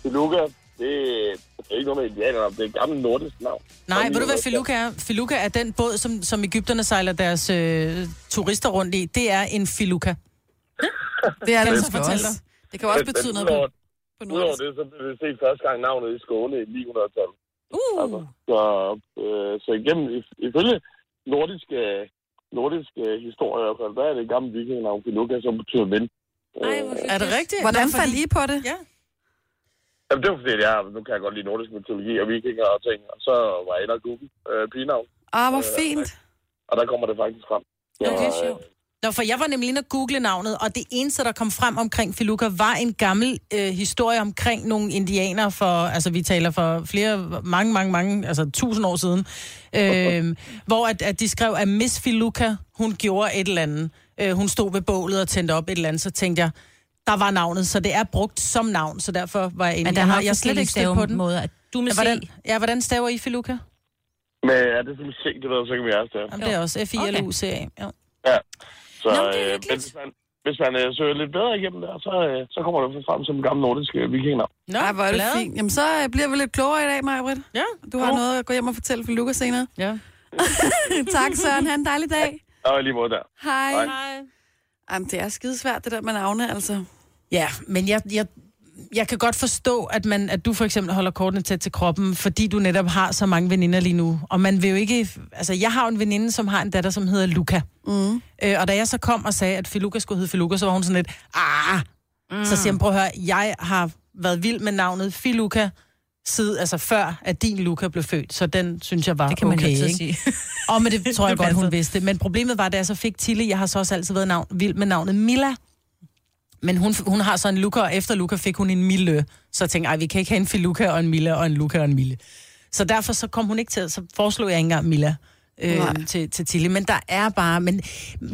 Speaker 6: Feluca, det det er ikke noget med indianerne, det er et gammelt nordisk navn.
Speaker 3: Nej,
Speaker 6: Og
Speaker 3: ved du hvad
Speaker 6: vi-
Speaker 3: Feluca er? Feluca er den båd, som, som Ægypterne sejler deres øh, turister rundt i. Det er en Feluca.
Speaker 1: det er
Speaker 3: Kan
Speaker 1: det
Speaker 3: jeg så
Speaker 1: måske
Speaker 3: fortælle
Speaker 1: også. Det kan jo også
Speaker 6: Men-
Speaker 1: betyde
Speaker 6: men
Speaker 1: noget på,
Speaker 6: udover-
Speaker 1: på
Speaker 6: Udover
Speaker 1: nordisk.
Speaker 6: det, så blev det set første gang navnet i Skåne i 900-tallet.
Speaker 2: Uh,
Speaker 6: Altså, så, øh, så igennem, if- ifølge nordisk, øh, nordisk øh, historie i hvert fald, der er det gamle vikingnavn Feluca, som betyder ven.
Speaker 2: Ej, hvor
Speaker 3: Er det rigtigt?
Speaker 1: Hvordan
Speaker 3: Nå,
Speaker 1: faldt I på det?
Speaker 3: Ja.
Speaker 6: Jamen, det var fordi, jeg, nu kan jeg godt lide nordisk mytologi og vikinger og ting, og så var jeg inde og google øh, pigenavn,
Speaker 1: Ah, hvor fint.
Speaker 6: og der kommer det faktisk frem. Så,
Speaker 3: Nå, det er
Speaker 6: øh,
Speaker 3: sjovt. Nå, for jeg var nemlig inde og google navnet, og det eneste, der kom frem omkring Filuka, var en gammel øh, historie omkring nogle indianere for, altså vi taler for flere, mange, mange, mange, altså tusind år siden, øh, hvor at, at de skrev, at Miss Filuka, hun gjorde et eller andet. Øh, hun stod ved bålet og tændte op et eller andet, så tænkte jeg, der var navnet, så det er brugt som navn, så derfor var jeg inde.
Speaker 2: men der
Speaker 3: jeg
Speaker 2: har
Speaker 3: jeg er slet ikke stødt på den.
Speaker 2: Måder, at du med
Speaker 3: Hvordan,
Speaker 2: C.
Speaker 3: ja, hvordan staver I Filuka?
Speaker 6: Men er det som sent, det ved jeg så ikke, om jeg er til.
Speaker 3: Jamen, det er også F-I-L-U-C-A. Ja.
Speaker 6: Ja. Så
Speaker 2: Nå, men det er
Speaker 6: øh,
Speaker 2: hyggeligt.
Speaker 6: men hvis man, hvis man øh, søger lidt bedre igennem der, så, øh, så kommer det frem som gammel nordisk øh, vikinger.
Speaker 3: Nå,
Speaker 1: Ej, hvor er det
Speaker 3: glad.
Speaker 1: fint. Jamen, så øh, bliver vi lidt klogere i dag, Majbrit.
Speaker 3: Ja.
Speaker 1: Du har noget at gå hjem og fortælle for Lukas senere.
Speaker 3: Ja.
Speaker 1: tak, Søren. Ha' en dejlig dag.
Speaker 6: Og lige måde der.
Speaker 1: Hej.
Speaker 6: Hej.
Speaker 1: Jamen, det er skidesvært, det der med navne, altså.
Speaker 3: Ja, men jeg, jeg, jeg kan godt forstå, at, man, at du for eksempel holder kortene tæt til kroppen, fordi du netop har så mange veninder lige nu. Og man vil jo ikke... Altså, jeg har jo en veninde, som har en datter, som hedder Luca. Mm. Øh, og da jeg så kom og sagde, at Filuka skulle hedde Filuka, så var hun sådan lidt... Ah! Mm. Så siger hun, prøv at høre, jeg har været vild med navnet Filuka, siden, altså før, at din Luca blev født. Så den synes jeg var
Speaker 2: Det kan man
Speaker 3: okay,
Speaker 2: okay, jo
Speaker 3: ikke?
Speaker 2: ikke? sige.
Speaker 3: Og men det tror jeg
Speaker 2: Det
Speaker 3: godt, hun
Speaker 2: passede.
Speaker 3: vidste. Men problemet var, da jeg så fik Tille, jeg har så også altid været navn, vild med navnet Milla. Men hun, hun har så en Luca, og efter Luca fik hun en Mille. Så jeg tænkte, ej, vi kan ikke have en Filuka og en Milla og en Luca og en Mille. Så derfor så kom hun ikke til, så foreslog jeg ikke engang Milla øh, til, til Tilly. Men der er bare, men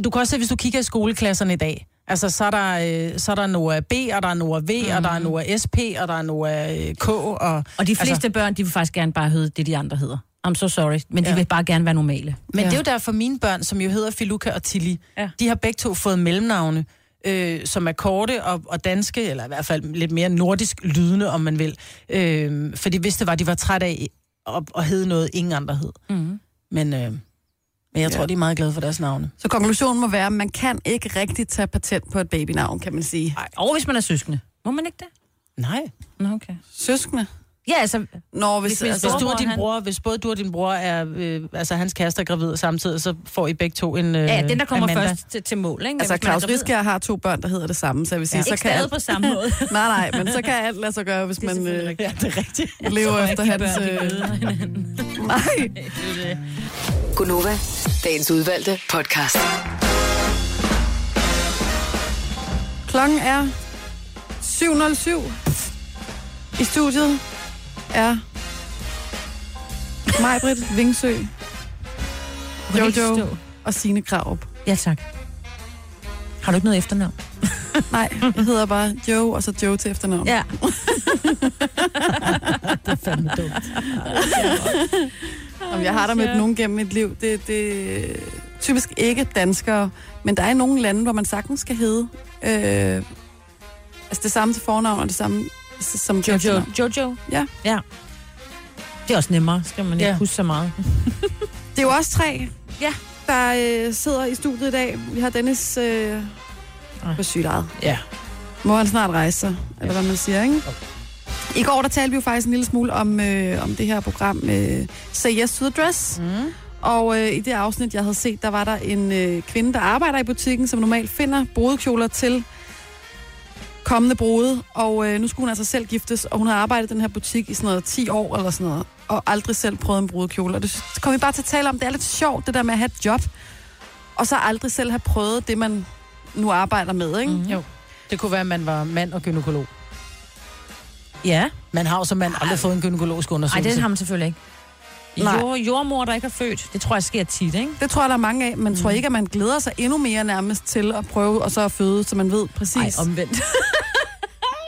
Speaker 3: du kan også se, hvis du kigger i skoleklasserne i dag, altså så er der, øh, så er der Noah B, og der er Noah V, mm. og der er Noah SP, og der er Noah øh, K, og...
Speaker 2: Og de fleste
Speaker 3: Altså-
Speaker 2: altså, børn, de vil faktisk gerne bare hedde det, de andre hedder. I'm so sorry, men de
Speaker 3: Ja.
Speaker 2: vil bare gerne være normale.
Speaker 3: Men ja. det er jo derfor mine børn, som jo hedder Filuka og Tilly, ja.
Speaker 2: Ja.
Speaker 3: de har begge to fået mellemnavne, øh, som er korte og, og danske, eller i hvert fald lidt mere nordisk lydende, om man vil. Øh, fordi hvis det var, de var trætte af at, at hedde noget, ingen andre hed. Mm.
Speaker 2: Mhm.
Speaker 3: Men, øh, men jeg ja. tror, de er meget glade for deres navne.
Speaker 1: Så konklusionen må være, at man kan ikke rigtig tage patent på et babynavn, kan man sige.
Speaker 2: Ej. Og hvis man er søskende. Må man ikke det?
Speaker 3: Nej.
Speaker 2: Nå, okay.
Speaker 1: Søskende?
Speaker 2: Ja, altså,
Speaker 1: Nå, hvis,
Speaker 2: Hvis min
Speaker 1: altså,
Speaker 3: Hvis, du
Speaker 2: Storebror,
Speaker 3: og din
Speaker 2: han-
Speaker 3: bror, hvis både du og din bror er, øh, altså hans kæreste er gravid samtidig, så får I begge to en øh,
Speaker 2: ja, den, der kommer
Speaker 3: Amanda.
Speaker 2: Amanda. først til, til mål, ikke?
Speaker 1: altså
Speaker 2: Hvis man er
Speaker 1: Claus
Speaker 2: gravid.
Speaker 1: Riskær har to børn, der hedder det samme, så jeg vil sige,
Speaker 2: Ikke
Speaker 1: så kan
Speaker 2: stadig
Speaker 1: alt...
Speaker 2: på samme måde.
Speaker 1: Nej, nej, men så kan alt lade sig gøre, hvis man øh,
Speaker 3: Ja, det er rigtigt.
Speaker 1: lever efter hans... Øh... Nej,
Speaker 4: Gunova, dagens udvalgte podcast.
Speaker 1: klokken er 7.07. I studiet er Majbrit Vingsø
Speaker 2: Kan ikke
Speaker 1: Jojo.
Speaker 2: forstå.
Speaker 1: og Signe Kravup.
Speaker 2: Ja, tak. Har du ikke noget efternavn?
Speaker 1: Nej, jeg hedder bare Jo, og så Jo til efternavn.
Speaker 2: Ja.
Speaker 3: Det er fandme dumt.
Speaker 1: Om jeg har der mødt nogen gennem mit liv, det, det er typisk ikke danskere, men der er nogle lande, hvor man sagtens skal hedde øh, altså det samme til fornavn og det samme s- som Jojo.
Speaker 2: Jojo.
Speaker 1: Jojo.
Speaker 2: Jojo?
Speaker 1: Ja.
Speaker 2: ja. Det er også nemmere, skal man ikke
Speaker 3: Ja.
Speaker 2: ja. huske så meget.
Speaker 1: Det er jo også tre,
Speaker 2: Ja.
Speaker 1: der øh, sidder i studiet i dag. Vi har Dennis øh, på sygelejet.
Speaker 3: Ah. Ja.
Speaker 1: Må han snart rejse sig, eller hvad man siger, ikke? I går der talte vi jo faktisk en lille smule om, øh, om det her program øh, Say Yes to the Dress.
Speaker 3: Mm.
Speaker 1: Og øh, i det afsnit, jeg havde set, der var der en øh, kvinde, der arbejder i butikken, som normalt finder brudekjoler til kommende brode. Og øh, nu skulle hun altså selv giftes, og hun har arbejdet i den her butik i sådan noget 10 år eller sådan noget, og aldrig selv prøvet en brudekjole. Og det, synes- det kommer vi bare til at tale om. Det er lidt sjovt, det der med at have et job, og så aldrig selv have prøvet det, man nu arbejder med, ikke?
Speaker 2: Mhm.
Speaker 1: Mm.
Speaker 3: Jo. Det kunne være, at man var mand og gynekolog.
Speaker 2: Ja.
Speaker 3: Man har jo som mand aldrig fået en gynækologisk
Speaker 2: Nej,
Speaker 3: undersøgelse.
Speaker 2: det har man selvfølgelig ikke.
Speaker 1: Nej.
Speaker 2: Jo, jordmor, der ikke har født, det tror jeg sker tit, ikke?
Speaker 1: Det tror jeg, der er mange af. Man mm.
Speaker 2: Mhm.
Speaker 1: tror I ikke, at man glæder sig endnu mere nærmest til at prøve og så at føde, så man ved præcis. Ej, om...
Speaker 2: omvendt.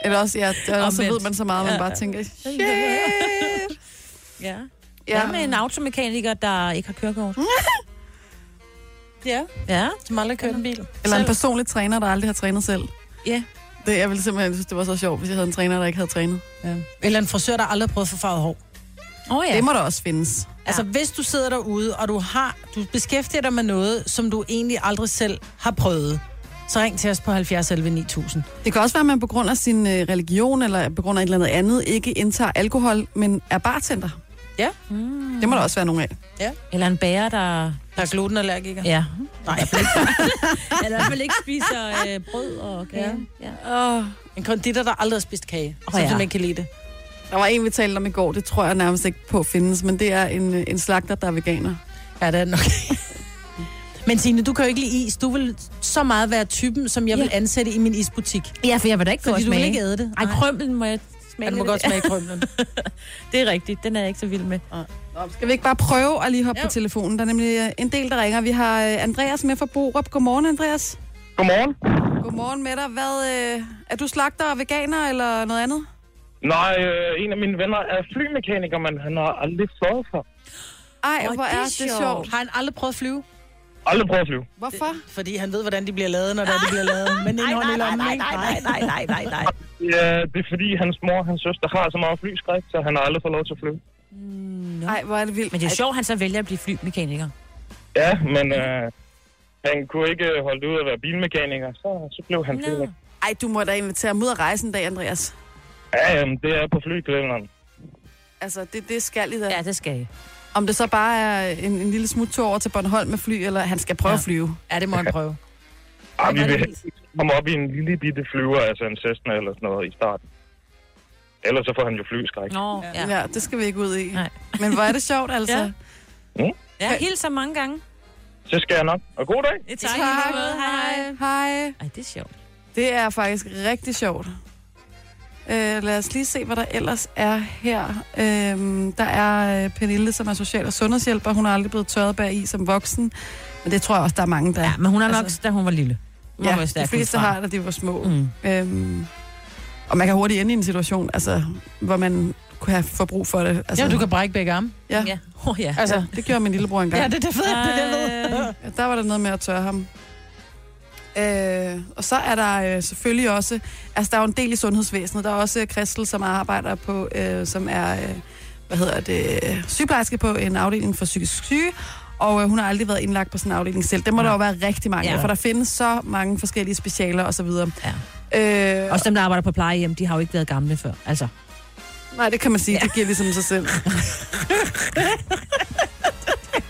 Speaker 1: Eller også, ja, eller også så
Speaker 2: Omvendt.
Speaker 1: ved man så meget, at man
Speaker 2: Ja.
Speaker 1: bare tænker, shit.
Speaker 2: ja.
Speaker 1: Ja,
Speaker 2: Hvad med en automekaniker, der ikke har kørekort?
Speaker 3: Ja,
Speaker 2: Ja.
Speaker 3: som aldrig kørt en bil.
Speaker 1: eller en personlig træner, der aldrig har trænet selv.
Speaker 2: Ja.
Speaker 1: Det, jeg ville simpelthen synes, det var så sjovt, hvis jeg havde en træner, der ikke havde trænet.
Speaker 3: Ja. Eller en frisør, der aldrig har prøvet at få farvet hår.
Speaker 2: Åh oh, ja.
Speaker 1: Det må der også findes.
Speaker 3: Altså, hvis du sidder derude, og du, har, du beskæftiger dig med noget, som du egentlig aldrig selv har prøvet, så ring til os på 70 11 9000.
Speaker 1: Det kan også være, at man på grund af sin øh, religion eller på grund af et eller andet andet ikke indtager alkohol, men er bartender.
Speaker 3: Ja.
Speaker 1: Mm. Det må der også være nogen af.
Speaker 2: Eller en bærer, der...
Speaker 3: Der er glutenallergiker.
Speaker 2: Ja.
Speaker 3: Nej,
Speaker 2: Eller i hvert fald ikke spiser øh, brød og kage. Ja. ja.
Speaker 1: Oh.
Speaker 3: en konditor, der aldrig har spist kage, oh,
Speaker 2: Åh,
Speaker 3: som
Speaker 2: ja.
Speaker 3: ja. ikke kan lide det.
Speaker 1: Der var en, vi talte om i går, det tror jeg nærmest ikke på findes, men det er en, øh, en slagter, der er veganer.
Speaker 3: Ja, det er det nok. Men Signe, du kan jo ikke lide is. Du vil så meget være typen, som jeg
Speaker 2: Ja.
Speaker 3: vil ansætte i min isbutik.
Speaker 2: ja, for jeg var da ikke få
Speaker 3: Fordi
Speaker 2: at
Speaker 3: du vil
Speaker 2: smage.
Speaker 3: ikke æde det.
Speaker 2: Ej, krømmelen må jeg smage
Speaker 3: Ja, du må
Speaker 2: lidt.
Speaker 3: godt smage krømlen.
Speaker 2: Det er rigtigt, den er jeg ikke så vild med.
Speaker 1: Skal vi ikke bare prøve at lige hoppe jo. på telefonen? Der er nemlig øh, en del, der ringer. Vi har øh, Andreas med fra Borup. Godmorgen, Andreas.
Speaker 6: Godmorgen.
Speaker 1: Godmorgen med dig. Hvad, øh, er du slagter og veganer eller noget andet?
Speaker 6: Nej, øh, en af mine venner er flymekaniker, men han har aldrig fløjet før.
Speaker 1: Ej, hvor er det sjovt.
Speaker 3: Har han aldrig prøvet at flyve?
Speaker 6: Aldrig prøvet at flyve.
Speaker 1: Hvorfor?
Speaker 3: Fordi han ved, hvordan de bliver lavet, når det er, de bliver lavet. Men en hånd i lommen, ikke?
Speaker 2: nej, nej, nej, nej.
Speaker 6: Ja, det er fordi hans mor hans søster har så meget flyskræk, så han har aldrig fået lov til at flyve.
Speaker 1: Ej, hvor er det vildt.
Speaker 2: Men det er jo sjovt, at han så vælger at blive flymekaniker.
Speaker 6: Ja, men øh, han kunne ikke øh, holde det ud at være bilmekaniker, så, så blev han flymekaniker.
Speaker 1: Ej, du må da invitere ham ud og rejse en dag, Andreas.
Speaker 6: Ja, jamen, det er på flykalenderen.
Speaker 1: Altså, det, det skal I da.
Speaker 2: Ja, det skal jeg.
Speaker 1: Om det så bare er en, en lille smut tur over til Bornholm med fly, eller han skal prøve ja. at flyve.
Speaker 3: Ja, det må han prøve.
Speaker 6: Ej, vi vil helst ikke komme op i en lille bitte flyver, altså en Cessna eller sådan noget i starten. Ellers så får han jo flyskræk.
Speaker 2: Nå, ja.
Speaker 1: Ja. ja, det skal vi ikke ud i.
Speaker 2: Nej.
Speaker 1: Men hvor er det sjovt, altså.
Speaker 2: Ja.
Speaker 1: Ja.
Speaker 2: ja. Hils så mange gange.
Speaker 6: Så skal jeg nok. Og god dag!
Speaker 2: Tak. tak. Hej. hej.
Speaker 1: Hej.
Speaker 2: Ej, det er sjovt.
Speaker 1: Det er faktisk rigtig sjovt. Øh, lad os lige se, hvad der ellers er her. Øh, der er øh, Pernille, som er social- og sundhedshjælper. Hun er aldrig blevet tørret bag i som voksen. Men det tror jeg også, der er mange, der
Speaker 2: Ja, men hun er nok,
Speaker 1: Altså-
Speaker 2: da hun var lille. Hun var
Speaker 1: de
Speaker 2: stærk
Speaker 1: fleste
Speaker 2: udefra.
Speaker 1: har det, da de var små.
Speaker 2: Mm.
Speaker 1: Mm. Øhm, og man kan hurtigt ende i en situation, altså, hvor man kunne have for brug for det. Altså,
Speaker 3: Ja, du kan brække begge arme.
Speaker 1: ja.
Speaker 2: Ja. Oh, ja. Øh.
Speaker 3: Altså,
Speaker 1: Ja, det gjorde min lillebror engang.
Speaker 3: ja,
Speaker 1: ja,
Speaker 3: det er det fede, det er det fede.
Speaker 1: det... Der var der noget med at tørre ham. Øh, og så er der øh, selvfølgelig også, altså der er jo en del i sundhedsvæsenet, der er også øh, Christel, som arbejder på, øh, som er, øh, hvad hedder det, øh, sygeplejerske på en afdeling for psykisk syge, og øh, hun har aldrig været indlagt på sådan en afdeling selv. Det må ja. der jo være rigtig mange
Speaker 2: Ja.
Speaker 1: ja. for der findes så mange forskellige specialer osv.
Speaker 2: Ja.
Speaker 1: Øh,
Speaker 2: Også dem, der arbejder på plejehjem, de har jo ikke været gamle før. Altså,
Speaker 1: Nej, det kan man sige. Ja. Det giver ligesom sig selv.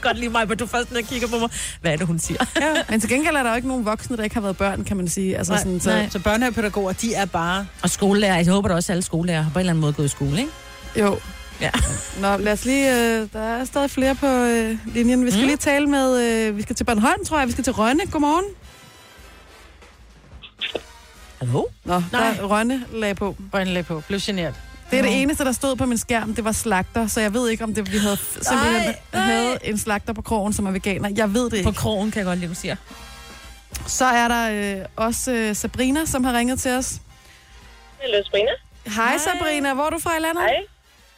Speaker 2: godt lige mig, men du først når kigger på mig. Hvad er det, hun siger?
Speaker 1: Men til gengæld er der jo ikke nogen voksne, der ikke har været børn, kan man sige. Altså, sådan, så,
Speaker 2: nej.
Speaker 3: Så børnehavepædagoger, de er bare...
Speaker 2: Og skolelærer, jeg håber da også, at alle skolelærer har på en eller anden måde gået i skole, ikke?
Speaker 1: Jo.
Speaker 2: Ja.
Speaker 1: Nå, lad os lige... Øh, der er stadig flere på øh, linjen. Vi skal mm. lige tale med... Øh, vi skal til Bornholm, tror jeg. Vi skal til Rønne. Godmorgen.
Speaker 2: Hallo?
Speaker 1: Nå, Nej. der Rønne lag på.
Speaker 3: Brøndlæg på. Blev generet.
Speaker 1: Det er det eneste, der stod på min skærm. Det var slagter, så jeg ved ikke, om det, vi havde, simpelthen
Speaker 2: Nej, nej.
Speaker 1: havde en slagter på krogen, som er veganer. Jeg ved det
Speaker 2: På
Speaker 1: ikke.
Speaker 2: krogen kan jeg godt lide, du siger.
Speaker 1: Så er der øh, også øh, Sabrina, som har ringet til os.
Speaker 7: Hallo, Sabrina.
Speaker 1: Hej, Sabrina. Hvor er du fra i landet? Mm.
Speaker 7: Hej.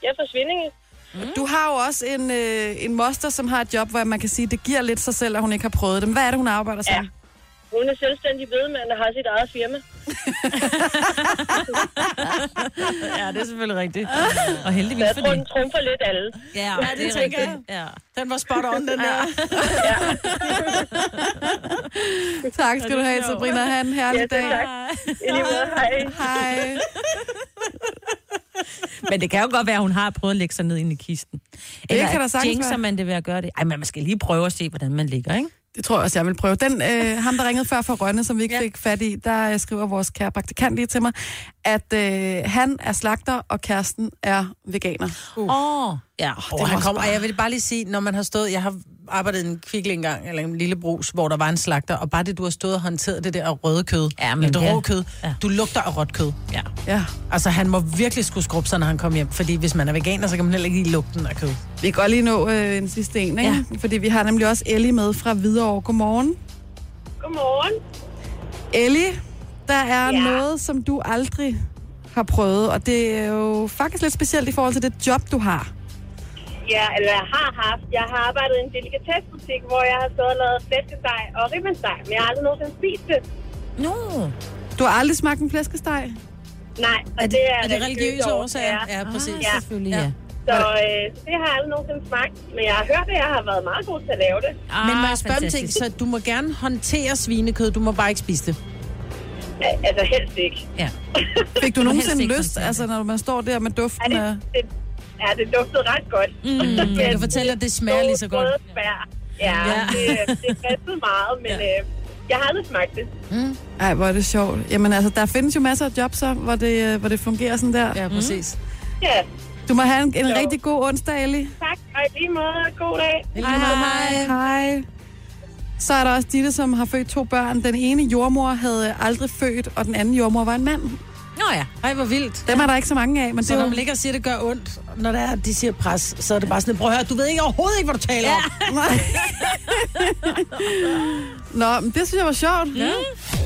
Speaker 7: Jeg er fra Svindinge.
Speaker 1: Du har jo også en, øh, en moster, som har et job, hvor man kan sige, det giver lidt sig selv, at hun ikke har prøvet det. Men hvad er det, hun arbejder som? Ja.
Speaker 7: Hun er selvstændig bedemand og har sit eget firma.
Speaker 2: Ja, det er selvfølgelig rigtigt. Og heldigvis
Speaker 7: Jeg
Speaker 2: for
Speaker 7: tror,
Speaker 2: det.
Speaker 7: den trumfer lidt alle.
Speaker 2: Ja,
Speaker 3: det tænker jeg.
Speaker 2: Ja.
Speaker 3: Den var spot on, den der.
Speaker 1: Tak skal du have, Sabrina. Ha' en herlig
Speaker 7: Ja,
Speaker 1: ja, dag.
Speaker 7: selv tak. I lige måde, hej.
Speaker 1: Hej.
Speaker 2: Men det kan jo godt være, at hun har prøvet at lægge sig ned ind i kisten. Eller
Speaker 1: kan der sagtens
Speaker 2: jinxer
Speaker 1: være.
Speaker 2: man det ved at gøre det. Ej, men man skal lige prøve at se, hvordan man ligger, ikke?
Speaker 1: Det tror jeg også, jeg vil prøve. Den, øh, ham, der ringede før fra Rønne, som vi ikke ja. fik fat i, der øh, skriver vores kære praktikant lige til mig, at øh, han er slagter, og kæresten er veganer.
Speaker 2: Åh, oh, ja.
Speaker 7: Uh.
Speaker 3: Oh, han kommer, og jeg vil bare lige sige, når man har stået, jeg har arbejdede i en kvikle engang, eller en lille brus, hvor der var en slagter, og bare det, du har stået og håndteret det der røde kød,
Speaker 2: Ja, men
Speaker 3: eller det
Speaker 2: det-
Speaker 3: rå kød,
Speaker 2: ja.
Speaker 3: ja. du lugter af råt kød.
Speaker 2: Ja.
Speaker 1: Ja.
Speaker 3: Altså, han må virkelig skulle skrubbe sig, når han kom hjem, fordi hvis man er veganer, så kan man heller ikke lide lugten af kød.
Speaker 1: Vi kan godt lige nå øh, en sidste en, ikke? Ja. Fordi vi har nemlig også Ellie med fra Hvidovre. Godmorgen.
Speaker 7: Godmorgen.
Speaker 1: Ellie, der er ja.
Speaker 7: Ja.
Speaker 1: noget, som du aldrig har prøvet, og det er jo faktisk lidt specielt i forhold til det job, du har.
Speaker 7: Ja, eller jeg har haft. Jeg har arbejdet i en delikatessebutik, hvor jeg har stået og lavet flæskesteg og ribbensteg, men jeg har aldrig nogensinde spist det.
Speaker 2: No.
Speaker 1: Du har aldrig smagt en flæskesteg?
Speaker 7: Nej, og
Speaker 3: Er
Speaker 7: det,
Speaker 3: det,
Speaker 7: er,
Speaker 3: er det religiøse årsager?
Speaker 7: Ja.
Speaker 3: Ja, præcis.
Speaker 2: Ah, selvfølgelig, ja.
Speaker 7: Så, øh, så det har jeg aldrig nogensinde smagt, men jeg har hørt, at jeg har været meget god til at lave det.
Speaker 2: Ah,
Speaker 3: Men må jeg spørge om ting,
Speaker 2: fantastisk.
Speaker 3: så du må gerne håndtere svinekød, du må bare ikke spise det.
Speaker 7: Al- Altså helst ikke.
Speaker 2: Ja.
Speaker 1: Fik du
Speaker 2: må helst
Speaker 1: nogensinde
Speaker 2: ikke
Speaker 1: lyst,
Speaker 2: håndtere
Speaker 1: altså når man står der med
Speaker 7: Er
Speaker 1: duften
Speaker 7: det,
Speaker 1: af...
Speaker 7: det, ja, det duftede ret godt. Mm,
Speaker 3: Jeg kan fortælle, at det smager lige så godt.
Speaker 7: Ja,
Speaker 2: Ja.
Speaker 7: ja. det, det fristede meget, men ja. øh, jeg har aldrig smagt det.
Speaker 1: Ej, hvor er det sjovt. Jamen altså, der findes jo masser af jobs, så, hvor det, øh, hvor det fungerer sådan der.
Speaker 3: Ja, præcis.
Speaker 7: Ja,
Speaker 1: Du må have en, en
Speaker 7: Jo.
Speaker 1: rigtig god onsdag, Ellie.
Speaker 7: tak, og i lige måde, god dag.
Speaker 3: Hej, hej.
Speaker 1: Hej. Så er der også Ditte, som har født to børn. Den ene jordmor havde øh, aldrig født, og den anden jordmor var en mand.
Speaker 2: Nå ja.
Speaker 3: Ej, hvor vildt.
Speaker 1: Dem er der ikke så mange af, men
Speaker 3: Så
Speaker 1: det
Speaker 3: når
Speaker 1: var...
Speaker 3: man ligger og siger, at det gør ondt, når der er, de siger pres, så er det bare sådan, prøv at høre, du ved ikke overhovedet ikke, hvad du taler ja. om.
Speaker 1: Nå, men det synes jeg var sjovt. Ja.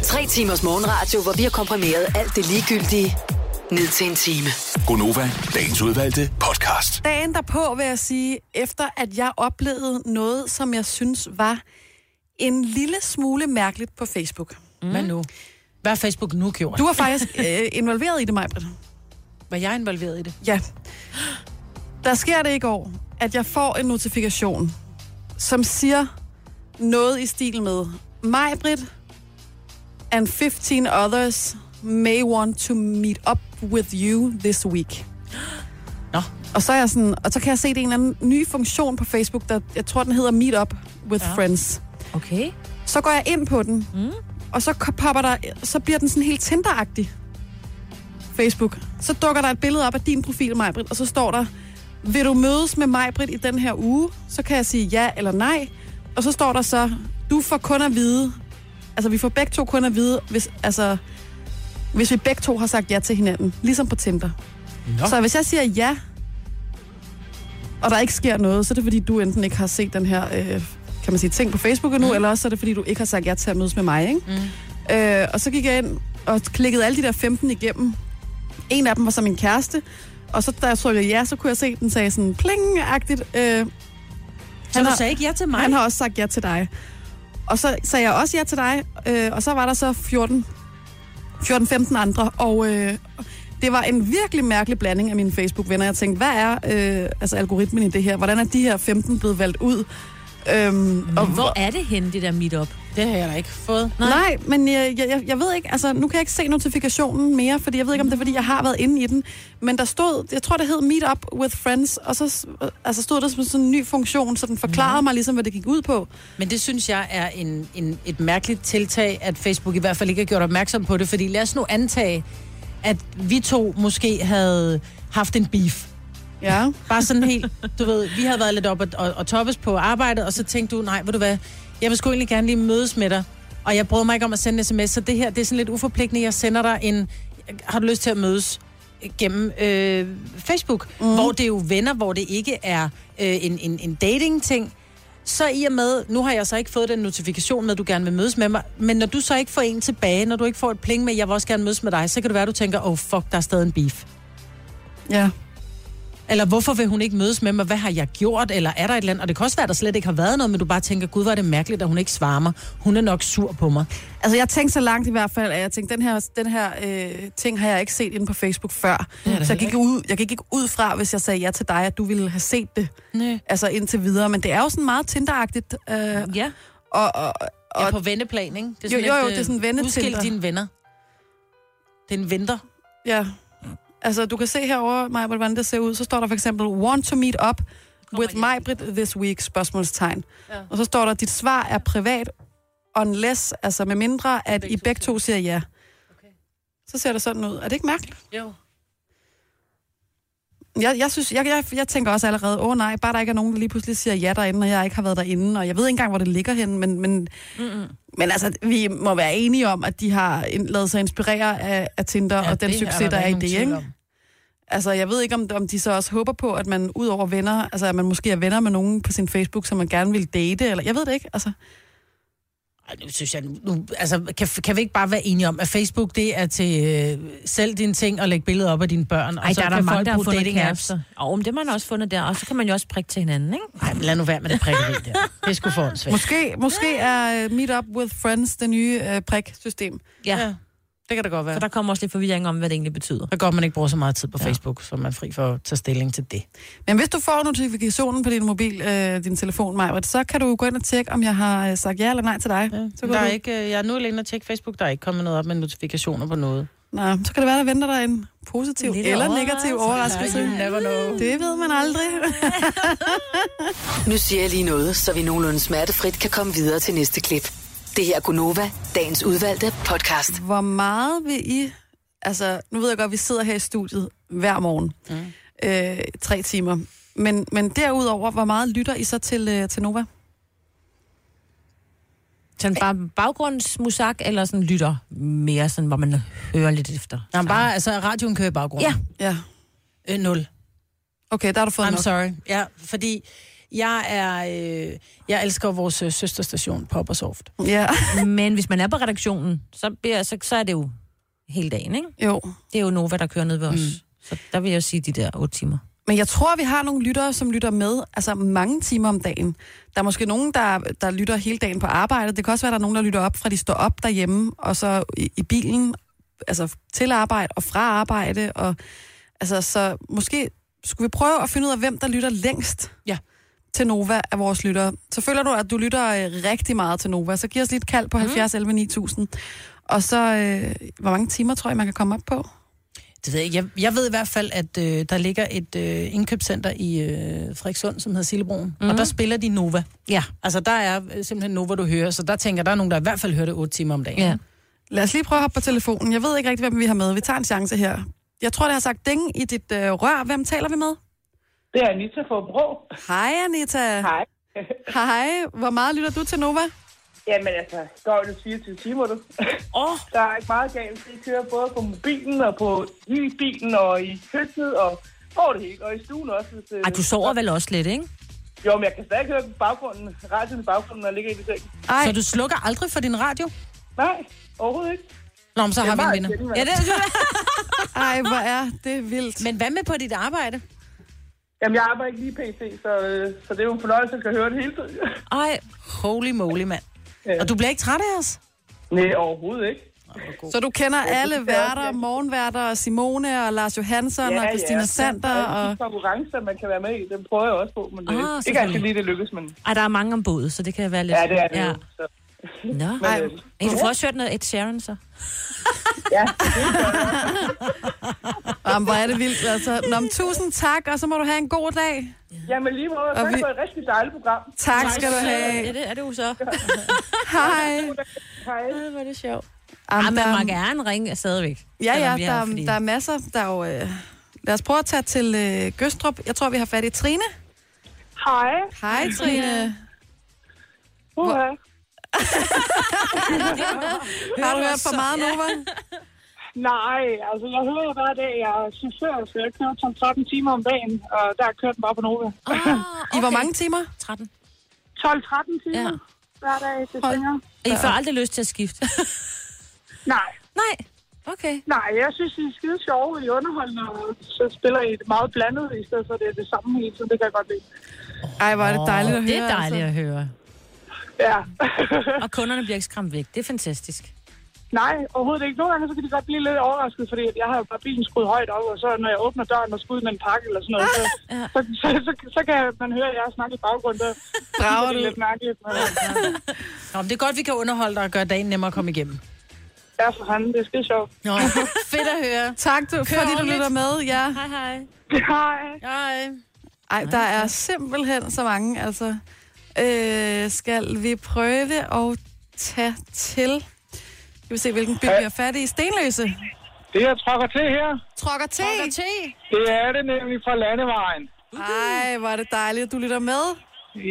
Speaker 4: Tre timers morgenradio, hvor vi har komprimeret alt det ligegyldige ned til en time.
Speaker 5: Gonova, dagens udvalgte podcast.
Speaker 1: Dagen derpå vil jeg sige, efter at jeg oplevede noget, som jeg synes var en lille smule mærkeligt på Facebook.
Speaker 3: Mm. Hvad nu? Hvad har Facebook nu gjort?
Speaker 1: Du
Speaker 3: Du...
Speaker 1: var faktisk øh, involveret i det, Majbrit.
Speaker 3: Var jeg involveret i det?
Speaker 1: Ja. Der sker det i går, at jeg får en notifikation, som siger noget i stil med, Majbrit and 15 others may want to meet up with you this week.
Speaker 3: Nå.
Speaker 1: Og så, er jeg sådan, og så kan jeg se, det er en eller anden ny funktion på Facebook, der jeg tror, den hedder Meet Up with ja. Friends.
Speaker 2: Okay.
Speaker 1: Så går jeg ind på den, mm. og så ko- popper der, så bliver den sådan helt Tinder-agtig. Facebook. Så dukker der et billede op af din profil, Majbrit, og så står der, vil du mødes med Majbrit i den her uge? Så kan jeg sige ja eller nej. Og så står der så, du får kun at vide, altså vi får begge to kun at vide, hvis, altså, hvis vi begge to har sagt ja til hinanden. Ligesom på Tinder.
Speaker 3: Nå.
Speaker 1: Så hvis jeg siger ja, og der ikke sker noget, så er det fordi, du enten ikke har set den her øh, kan man sige, ting på Facebook endnu, mm. eller også så er det fordi, du ikke har sagt ja til at mødes med mig. Ikke? Mm. Øh, og så gik jeg ind og klikkede alle de der 15 igennem. En af dem var så min kæreste, og så da jeg trykkede ja, så kunne jeg se, at den sagde sådan pling-agtigt, øh,
Speaker 3: Så
Speaker 1: Han
Speaker 3: du
Speaker 1: har-
Speaker 3: sagde ikke ja til mig?
Speaker 1: han har også sagt ja til dig. Og så sagde jeg også ja til dig, øh, og så var der så 14, 14-15 andre, og øh, det var en virkelig mærkelig blanding af mine Facebook-venner. Jeg tænkte, hvad er øh, altså algoritmen i det her? Hvordan er de her 15 blevet valgt ud? Øhm, og,
Speaker 2: Hvor er det henne, det der meetup?
Speaker 3: Det har jeg da ikke fået.
Speaker 1: nej. nej, men jeg, jeg- jeg, jeg ved ikke, altså nu kan jeg ikke se notifikationen mere, fordi jeg ved ikke, om det er, fordi jeg har været inde i den. Men der stod, jeg tror, det hed Meet Up with Friends, og så s- øh, altså, stod der som sådan en ny funktion, så den forklarede mig ligesom, hvad det gik ud på.
Speaker 3: Men det synes jeg er en, en, et mærkeligt tiltag, at Facebook i hvert fald ikke har gjort opmærksom på det, fordi lad os nu antage, at vi to måske havde haft en beef.
Speaker 1: Ja.
Speaker 3: Bare sådan helt, du ved, vi havde været lidt op og, og, og toppes på arbejdet, og så tænkte du, nej, ved du hvad, jeg vil sgu egentlig gerne lige mødes med dig, og jeg brød mig ikke om at sende en sms, så det her, det er sådan lidt uforpligtende, jeg sender dig en, har du lyst til at mødes gennem øh, Facebook, mm. hvor det er jo venner, hvor det ikke er øh, en, en, en dating-ting, så i og med, nu har jeg så ikke fået den notifikation med, at du gerne vil mødes med mig, men når du så ikke får en tilbage, når du ikke får et pling med, jeg vil også gerne mødes med dig, så kan det være, at du tænker, oh fuck, der er stadig en beef.
Speaker 1: Ja.
Speaker 3: Eller hvorfor vil hun ikke mødes med mig? Hvad har jeg gjort? Eller er der et eller andet? Og det kan også være, at der slet ikke har været noget, men du bare tænker, gud, hvor er det mærkeligt, at hun ikke svarer mig. Hun er nok sur på mig.
Speaker 1: Altså, jeg tænkte så langt i hvert fald, at jeg tænkte, den her, den her øh, ting har jeg ikke set inde på Facebook før. Så jeg gik, ud, jeg gik ikke ud fra, hvis jeg sagde ja til dig, at du ville have set det.
Speaker 3: Næ.
Speaker 1: Altså indtil videre. Men det er jo sådan meget Tinder-agtigt. Øh, og,
Speaker 2: Ja.
Speaker 1: og,
Speaker 3: Jeg er
Speaker 1: Og-
Speaker 3: på venneplan, ikke? Det
Speaker 1: Jo, jo, jo,
Speaker 3: øh,
Speaker 1: det er sådan vennetilter.
Speaker 3: Udskil dine venner. Det er en venter.
Speaker 1: ja. Altså, du kan se herover, Maja, hvordan det ser ud. Så står der for eksempel, want to meet up with Majbrit this week, spørgsmålstegn. Ja. Og så står der, dit svar er privat, unless, altså med mindre, at I begge to siger ja. Så ser det sådan ud. Er det ikke mærkeligt?
Speaker 3: Jo.
Speaker 1: Jeg, jeg, synes, jeg, jeg, jeg tænker også allerede, åh nej, bare der ikke er nogen, der lige pludselig siger ja derinde, og jeg ikke har været derinde, og jeg ved ikke engang, hvor det ligger henne, men, men, mm-hmm. men altså, vi må være enige om, at de har ind- lavet sig inspirere af, af Tinder ja, og den
Speaker 3: det
Speaker 1: succes,
Speaker 3: der
Speaker 1: der,
Speaker 3: da
Speaker 1: er i
Speaker 3: ikke
Speaker 1: det,
Speaker 3: nogen tvivl
Speaker 1: ikke?
Speaker 3: om.
Speaker 1: Altså, jeg ved ikke, om, om de så også håber på, at man ud over venner, altså at man måske er venner med nogen på sin Facebook, som man gerne vil date, eller jeg ved det ikke, altså.
Speaker 3: Ej, nu synes jeg, nu, altså, kan, kan vi ikke bare være enige om, at Facebook, det er til øh, selv dine ting og lægge billeder op af dine børn,
Speaker 2: Ej,
Speaker 3: og så
Speaker 2: der er der
Speaker 3: kan
Speaker 2: mange,
Speaker 3: folk
Speaker 2: der har
Speaker 3: bruge
Speaker 2: fundet
Speaker 3: dating apps.
Speaker 2: kærester. Og om det man også fundet der, og så kan man jo også prikke til hinanden, ikke?
Speaker 3: Nej, men lad nu være med det prikkeri der. Det skulle få en svært.
Speaker 1: Måske, måske er øh, Meet Up with Friends det nye øh, prik-system.
Speaker 2: Ja.
Speaker 3: Ja. Det kan da godt være.
Speaker 2: For der kommer også lidt forvirring om, hvad det egentlig betyder.
Speaker 3: Så godt, man ikke bruger så meget tid på Facebook, så man er fri for at tage stilling til det.
Speaker 1: Men hvis du får notifikationen på din mobil, øh, din telefon, Majbert, så kan du gå ind og tjekke, om jeg har øh, sagt ja eller nej til dig. Ja, så, kan
Speaker 3: der
Speaker 1: du,
Speaker 3: er ikke, øh, jeg er nu alene og tjekke Facebook, der er ikke kommet noget op med notifikationer på noget.
Speaker 1: nej, så kan det være, der venter dig en positiv
Speaker 2: lille
Speaker 1: eller
Speaker 2: overraskelse.
Speaker 1: negativ overraskelse.
Speaker 3: never know.
Speaker 1: Det ved man aldrig.
Speaker 4: Nu siger jeg lige noget, så vi nogenlunde smertefrit kan komme videre til næste klip. Det her er Gunova, dagens udvalgte podcast.
Speaker 1: Hvor meget vil I... Altså, nu ved jeg godt, at vi sidder her i studiet hver morgen. Mm. Øh, tre timer. Men, men derudover, hvor meget lytter I så til, øh, til Nova?
Speaker 2: Sådan bare baggrundsmusak, eller sådan lytter mere, sådan, hvor man hører lidt efter.
Speaker 3: Nå, men bare, altså, radioen kører i baggrunden.
Speaker 2: Ja.
Speaker 1: Ja.
Speaker 3: Ja. Øh, nul.
Speaker 1: Okay, der har du fået
Speaker 3: I'm
Speaker 1: nok.
Speaker 3: sorry. Ja, fordi jeg er, øh, jeg elsker vores øh, søsterstation Pop og Soft.
Speaker 1: Ja,
Speaker 2: Men hvis man er på redaktionen, så, bliver, så, så er det jo hele dagen, ikke?
Speaker 1: jo.
Speaker 2: Det er jo Nova, der kører ned ved os. Mm. Så der vil jeg jo sige de der 8 timer.
Speaker 1: Men jeg tror, vi har nogle lyttere, som lytter med altså mange timer om dagen. Der er måske nogen, der, der lytter hele dagen på arbejde. Det kan også være, der er nogen, der lytter op fra de står op derhjemme, og så i, i bilen, altså til arbejde og fra arbejde. Og, altså, så måske skulle vi prøve at finde ud af, hvem der lytter længst
Speaker 3: Ja.
Speaker 1: til Nova af vores lyttere. Så føler du, at du lytter øh, rigtig meget til Nova, så giv os lige et kald på mm. 70 11 9000. Og så, øh, hvor mange timer tror jeg, man kan komme op på?
Speaker 3: Det ved jeg, ikke. jeg, jeg ved i hvert fald, at øh, der ligger et øh, indkøbscenter i øh, Frederikssund, som hedder Sillebroen, mm. og der spiller de Nova.
Speaker 2: Mhm. Ja.
Speaker 3: Altså, der er øh, simpelthen Nova, du hører, så der tænker, der er nogen, der i hvert fald hører det 8 timer om dagen.
Speaker 2: Ja.
Speaker 1: Lad os lige prøve at hoppe på telefonen. Jeg ved ikke rigtig, hvem vi har med. Vi tager en chance her. Jeg tror, det har sagt ding i dit øh, rør. Hvem taler vi med?
Speaker 8: Det er Anita fra Brå.
Speaker 1: Hej, Anita.
Speaker 8: Hej.
Speaker 1: Hej. Hvor meget lytter du til Nova?
Speaker 8: Jamen altså, døgnets 24 timer, du.
Speaker 2: Åh, oh,
Speaker 8: Der er ikke meget galt. Det kører både på mobilen og på i bilen og i køkkenet og over det hele. Og i stuen også. Hvis, øh,
Speaker 2: ej, du sover vel også lidt, ikke?
Speaker 8: Jo, men jeg kan stadig høre den i baggrunden, radioen i baggrunden, når jeg ligger i det seng.
Speaker 1: Ej,
Speaker 3: Så du slukker aldrig for din radio?
Speaker 8: Nej, overhovedet ikke.
Speaker 3: Nå, men så har vi en
Speaker 8: Meget
Speaker 3: vinder.
Speaker 8: sjældent,
Speaker 2: Ja,
Speaker 8: altså.
Speaker 2: det er
Speaker 1: ej, hvor er det vildt.
Speaker 3: Men hvad med på dit arbejde?
Speaker 8: Jamen, jeg arbejder ikke lige pt, så, øh, så det er jo en fornøjelse at kan høre det hele tiden.
Speaker 2: Ej,
Speaker 3: Holy moly, mand.
Speaker 8: Ja.
Speaker 3: Og du bliver ikke træt af os?
Speaker 8: Nej, overhovedet ikke.
Speaker 1: Så du kender alle værter, morgenværter, og Simone og Lars Johansson og Christina Sander.
Speaker 8: Og...
Speaker 1: Og...
Speaker 8: De konkurrencer, man kan være med i, dem prøver jeg også på. Men
Speaker 2: Ah,
Speaker 8: ah, øh, ikke
Speaker 2: selvfølgelig.
Speaker 8: altid lige, det lykkes, men
Speaker 2: ej, der er mange om bådet, så det kan være lidt...
Speaker 8: ja, det er det ja. jo. Så,
Speaker 2: Nå,
Speaker 8: men,
Speaker 1: Ej,
Speaker 8: øh,
Speaker 2: Ej, du får også hørt noget Ed Sheeran, så.
Speaker 8: ja,
Speaker 1: Jamen, hvor er det vildt, altså. Nå, men tusind tak, og så må du have en god dag.
Speaker 8: jamen lige måde,
Speaker 1: Og
Speaker 8: så er
Speaker 1: vi-
Speaker 8: det et rigtig dejligt program.
Speaker 1: Tak skal du have.
Speaker 2: Ja, det er det jo så.
Speaker 1: Hej.
Speaker 8: Hej.
Speaker 2: Hvor er det sjovt. Ej,
Speaker 1: Jamen,
Speaker 2: man
Speaker 1: der-
Speaker 2: må gerne ringe stadigvæk.
Speaker 1: Ja,
Speaker 2: selvom vi
Speaker 1: ja,
Speaker 2: er her,
Speaker 1: der, fordi... der er masser. Der er jo, øh... Lad os prøve at tage til øh, Gøstrup. Jeg tror, vi har fat i Trine.
Speaker 8: Hej.
Speaker 1: Hej, Trine.
Speaker 8: Uha.
Speaker 1: Har du hørt for meget, Nova?
Speaker 8: Nej, altså jeg hører jo hver dag, jeg er chauffør, så jeg kører som 13 timer om dagen, og der har kørt den bare på Nova.
Speaker 2: Ah, okay.
Speaker 1: I hvor mange timer?
Speaker 2: 13.
Speaker 8: 12-13 timer
Speaker 2: Ja.
Speaker 8: ja. hver dag, det svinger.
Speaker 2: I får aldrig lyst til at skifte.
Speaker 8: Nej,
Speaker 2: Nej. Okay.
Speaker 8: nej, jeg synes, det er skide sjovt i underholdende, og så spiller I det meget blandet, i stedet for det er det samme hele tiden, det kan jeg godt lide.
Speaker 1: Ej, hvor er det dejligt at høre.
Speaker 2: Det er dejligt at høre. altså.
Speaker 8: Ja.
Speaker 2: Og kunderne bliver ikke skræmt væk. Det er fantastisk.
Speaker 8: nej, overhovedet ikke. Nogle gange så kan de godt blive lidt overrasket, fordi at jeg har jo bare bilen skruet højt op, og så når jeg åbner døren og skal ud med en pakke eller sådan noget, så, så, så, så, så kan man høre, at jeg snakker i baggrunden. Der
Speaker 1: Brager
Speaker 8: det er
Speaker 1: du.
Speaker 8: lidt mærkeligt. Men, øh,
Speaker 3: Nå, men det er godt, vi kan underholde dig og gøre dagen nemmere at komme igennem.
Speaker 8: ja, for han, det er skide sjovt.
Speaker 3: Nå, fedt at høre.
Speaker 1: Tak, du, fordi du lytter med. Ja.
Speaker 2: Hej, hej.
Speaker 8: Hej.
Speaker 3: Hej.
Speaker 1: Ej, der er simpelthen så mange, altså. Øh, skal vi prøve at tage til... Skal vi se, hvilken by vi har fat i? Stenløse.
Speaker 8: Det, jeg trækker til her,
Speaker 1: Trokker te.
Speaker 8: det er det nemlig fra landevejen.
Speaker 1: Ej, hvor er det dejligt, at du lytter med.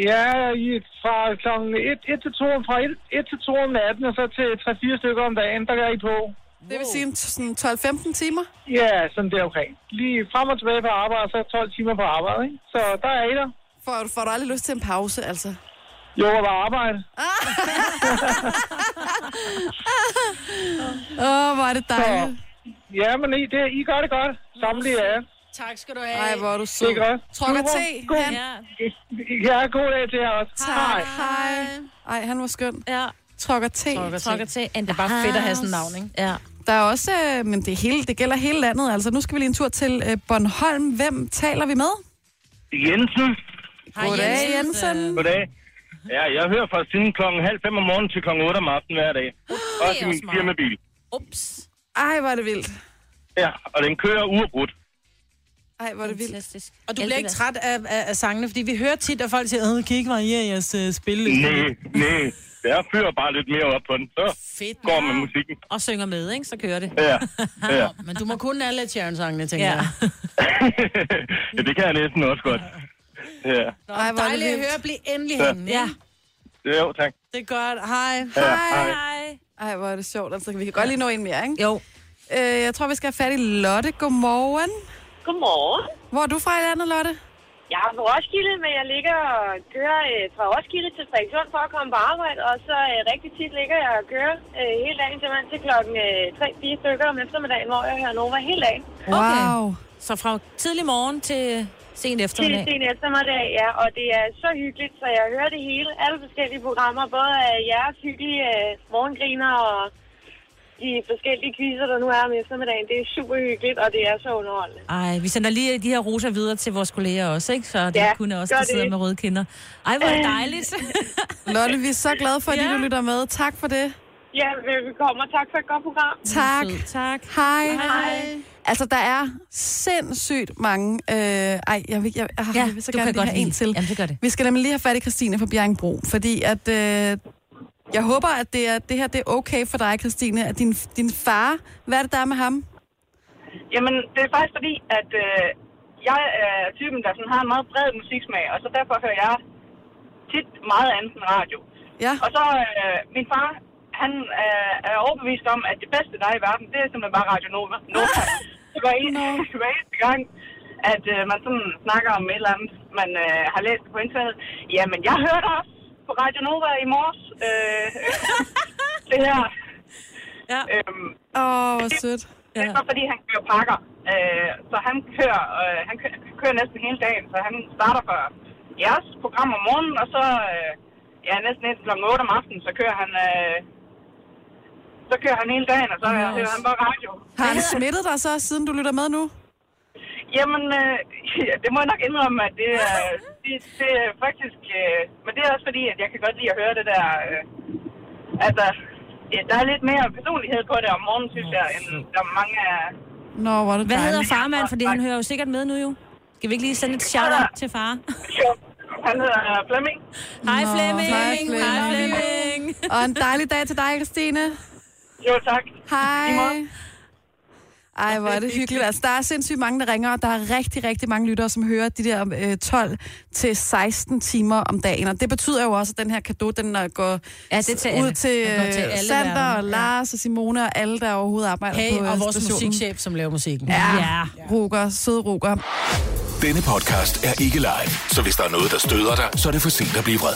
Speaker 8: Ja, i, fra kl. 1, 1 til 2, fra 1, 1 til 2 om natten, og så til 3-4 stykker om dagen, der er I på.
Speaker 1: Det vil sige en t- sådan 12-15 timer.
Speaker 8: Ja, sådan der omkring. Lige frem og tilbage på arbejde, og så 12 timer på arbejde, ikke? Så der er I der.
Speaker 1: Får, får du aldrig lyst til en pause, altså?
Speaker 8: Jo, og var arbejde.
Speaker 1: Åh, hvor er det dejligt.
Speaker 8: Ja, men I, det, I gør det godt. Samlet jer.
Speaker 2: Tak skal du have.
Speaker 1: Ej, hvor er du
Speaker 8: Det er
Speaker 1: sød.
Speaker 8: godt.
Speaker 1: Trokker
Speaker 8: Super.
Speaker 1: te.
Speaker 8: God,
Speaker 1: Han,
Speaker 2: Ja,
Speaker 8: ja, god dag til jer også.
Speaker 1: tak. Hej. Ej, han var skøn.
Speaker 2: ja.
Speaker 1: Trokker te.
Speaker 2: Trokker til. Det er
Speaker 3: bare fedt at have sådan et navn, ikke?
Speaker 2: Ja.
Speaker 1: Der er også, øh, men det, hele, det gælder hele landet. Altså, nu skal vi lige en tur til øh, Bornholm. Hvem taler vi med?
Speaker 9: Jensen.
Speaker 2: Hej,
Speaker 1: Goddag, Jensen.
Speaker 9: Goddag. Ja, jeg hører fra siden klokken halv fem om morgenen til klokken 8 om aftenen hver dag. Også i min
Speaker 2: smart.
Speaker 9: firmabil.
Speaker 2: Ups.
Speaker 1: Ej, hvor er det vildt.
Speaker 9: Ja, og den kører uafbrudt.
Speaker 1: Ej, hvor er det vildt.
Speaker 2: Fantastisk.
Speaker 3: Og du bliver ikke træt af, af, af sangene, fordi vi hører tit, at folk siger, at kan I ikke variere jeres uh, spilleliste.
Speaker 6: Mm.
Speaker 9: Nej, nej. Jeg fyrer bare lidt mere op på den. Så
Speaker 3: Fedt.
Speaker 9: går med musikken.
Speaker 2: Og synger med, ikke? Så kører det.
Speaker 9: Ja, ja.
Speaker 3: Men du må kun alle Sharon-sangene, tænker
Speaker 2: Ja.
Speaker 3: jeg.
Speaker 9: ja, det kan jeg næsten også godt. Ja,
Speaker 1: Ej, hvor er det
Speaker 3: Dejligt at
Speaker 1: vildt.
Speaker 3: høre at blive endelig hængende.
Speaker 2: Ja.
Speaker 9: jo, tak.
Speaker 3: Det er godt. Hej.
Speaker 9: Ja,
Speaker 2: Hej.
Speaker 1: Ej, hvor er det sjovt. Altså, vi kan godt lige nå en mere, ikke?
Speaker 2: Jo.
Speaker 1: Øh, jeg tror, vi skal have fat i Lotte. Godmorgen.
Speaker 7: Godmorgen.
Speaker 1: Hvor er du fra i landet, Lotte?
Speaker 7: Jeg er fra Roskilde, men jeg ligger og kører øh, fra Roskilde til Frederikshund for at komme på arbejde, og så øh, rigtig tit ligger jeg og kører øh, hele dagen til, til klokken øh, 3-4 stykker om eftermiddagen, hvor jeg hører Nova hele dagen.
Speaker 2: Okay.
Speaker 1: Wow.
Speaker 2: Så fra tidlig morgen til sen
Speaker 7: Til
Speaker 2: eftermiddag.
Speaker 7: sen eftermiddag, ja, og det er så hyggeligt, så jeg hører det hele, alle forskellige programmer, både øh, jeres hyggelige øh, morgengriner og de forskellige quizzer, der nu er om eftermiddagen. Det er super hyggeligt, og det er så underholdende.
Speaker 2: Ej, vi sender lige øh, de her roser videre til vores kolleger også, ikke? Så det ja,
Speaker 7: Ja,
Speaker 2: kunne også,
Speaker 7: gør
Speaker 2: der
Speaker 7: det. Øh,
Speaker 2: sidder med røde kinder. Ej, hvor er det dejligt.
Speaker 1: Lotte, vi er så glade for, at
Speaker 2: Ja.
Speaker 1: ja. du lytter med. Tak for det.
Speaker 7: Ja, velkommen, og tak for et godt program.
Speaker 1: Tak.
Speaker 2: tak.
Speaker 1: Hej. Altså, der er sindssygt mange... Øh, ej, jeg vil, jeg, jeg,
Speaker 2: Ja,
Speaker 1: jeg vil så
Speaker 2: du
Speaker 1: gerne
Speaker 2: kan
Speaker 1: lige
Speaker 2: godt
Speaker 1: have en
Speaker 2: lide.
Speaker 1: til.
Speaker 2: Jamen, det gør det.
Speaker 1: Vi skal nemlig lige have fat i Christine fra Bjerringbro, fordi at... Øh, jeg håber, at det, er, det her det er okay for dig, Christine, at din, din far... Hvad er det, der er med ham?
Speaker 8: Jamen, det er faktisk fordi, at øh, jeg er typen, der sådan har en meget bred musiksmag, og så derfor hører jeg tit meget andet end radio.
Speaker 1: Ja.
Speaker 8: Og så, øh, min far, han øh, er overbevist om, at det bedste der er i verden, det er simpelthen bare Radio Nova. Nova. Så hver, en, hver eneste gang, at øh, man sådan snakker om et eller andet, man øh, har læst på internettet. Jamen, jeg hørte også på Radio Nova i morges. Øh, det her.
Speaker 2: Ja.
Speaker 8: Øhm,
Speaker 1: Åh, oh, hvor sødt.
Speaker 8: det er så fordi, han kører pakker. Øh, så han kører, øh, han kører, kører næsten hele dagen, så han starter for jeres program om morgenen, og så øh, ja, næsten indtil kl. 8 om aftenen, så kører han... Øh, så kører han hele dagen, og så
Speaker 2: Nice.
Speaker 8: nice. hører han bare radio.
Speaker 1: Har han smittet dig så, siden du lytter med nu?
Speaker 8: Jamen, øh, ja, det må jeg nok indrømme, at det er, det, det er faktisk... Øh, men det er også fordi, at jeg kan godt lide at høre det der... Øh, altså, ja, der er lidt mere personlighed på det om morgenen, synes jeg, end der er mange af...
Speaker 1: Nå, hvor er det
Speaker 2: Hvad hedder
Speaker 1: dejligt.
Speaker 2: farmand? For det, han hører jo sikkert med nu jo. Skal vi ikke lige sende et shout-out til far?
Speaker 8: Han hedder øh, Flemming.
Speaker 2: Hej
Speaker 1: Nå,
Speaker 2: Flemming!
Speaker 1: hej, Flemming.
Speaker 2: Hej Flemming!
Speaker 1: Og en dejlig dag til dig, Christine.
Speaker 8: Jo, tak.
Speaker 1: Hej. Ej, hvor er det hyggeligt. Altså, der er sindssygt mange, der ringer, og der er rigtig, rigtig mange lyttere, som hører de der øh, 12-16 timer om dagen. Og det betyder jo også, at den her gave, den øh, går
Speaker 2: Ja, det er til
Speaker 1: ud
Speaker 2: alle.
Speaker 1: til,
Speaker 2: Den går til
Speaker 1: øh,
Speaker 2: alle
Speaker 1: Sander
Speaker 2: verden.
Speaker 1: og Lars og Simone og alle, der overhovedet arbejder
Speaker 3: Hey,
Speaker 1: på øh,
Speaker 3: og vores
Speaker 1: stationen.
Speaker 3: musikchef, som laver musikken.
Speaker 1: Ja, Roger, søde Roger.
Speaker 5: Denne podcast er ikke live, så hvis der er noget, der støder dig, så er det for sent at blive vred.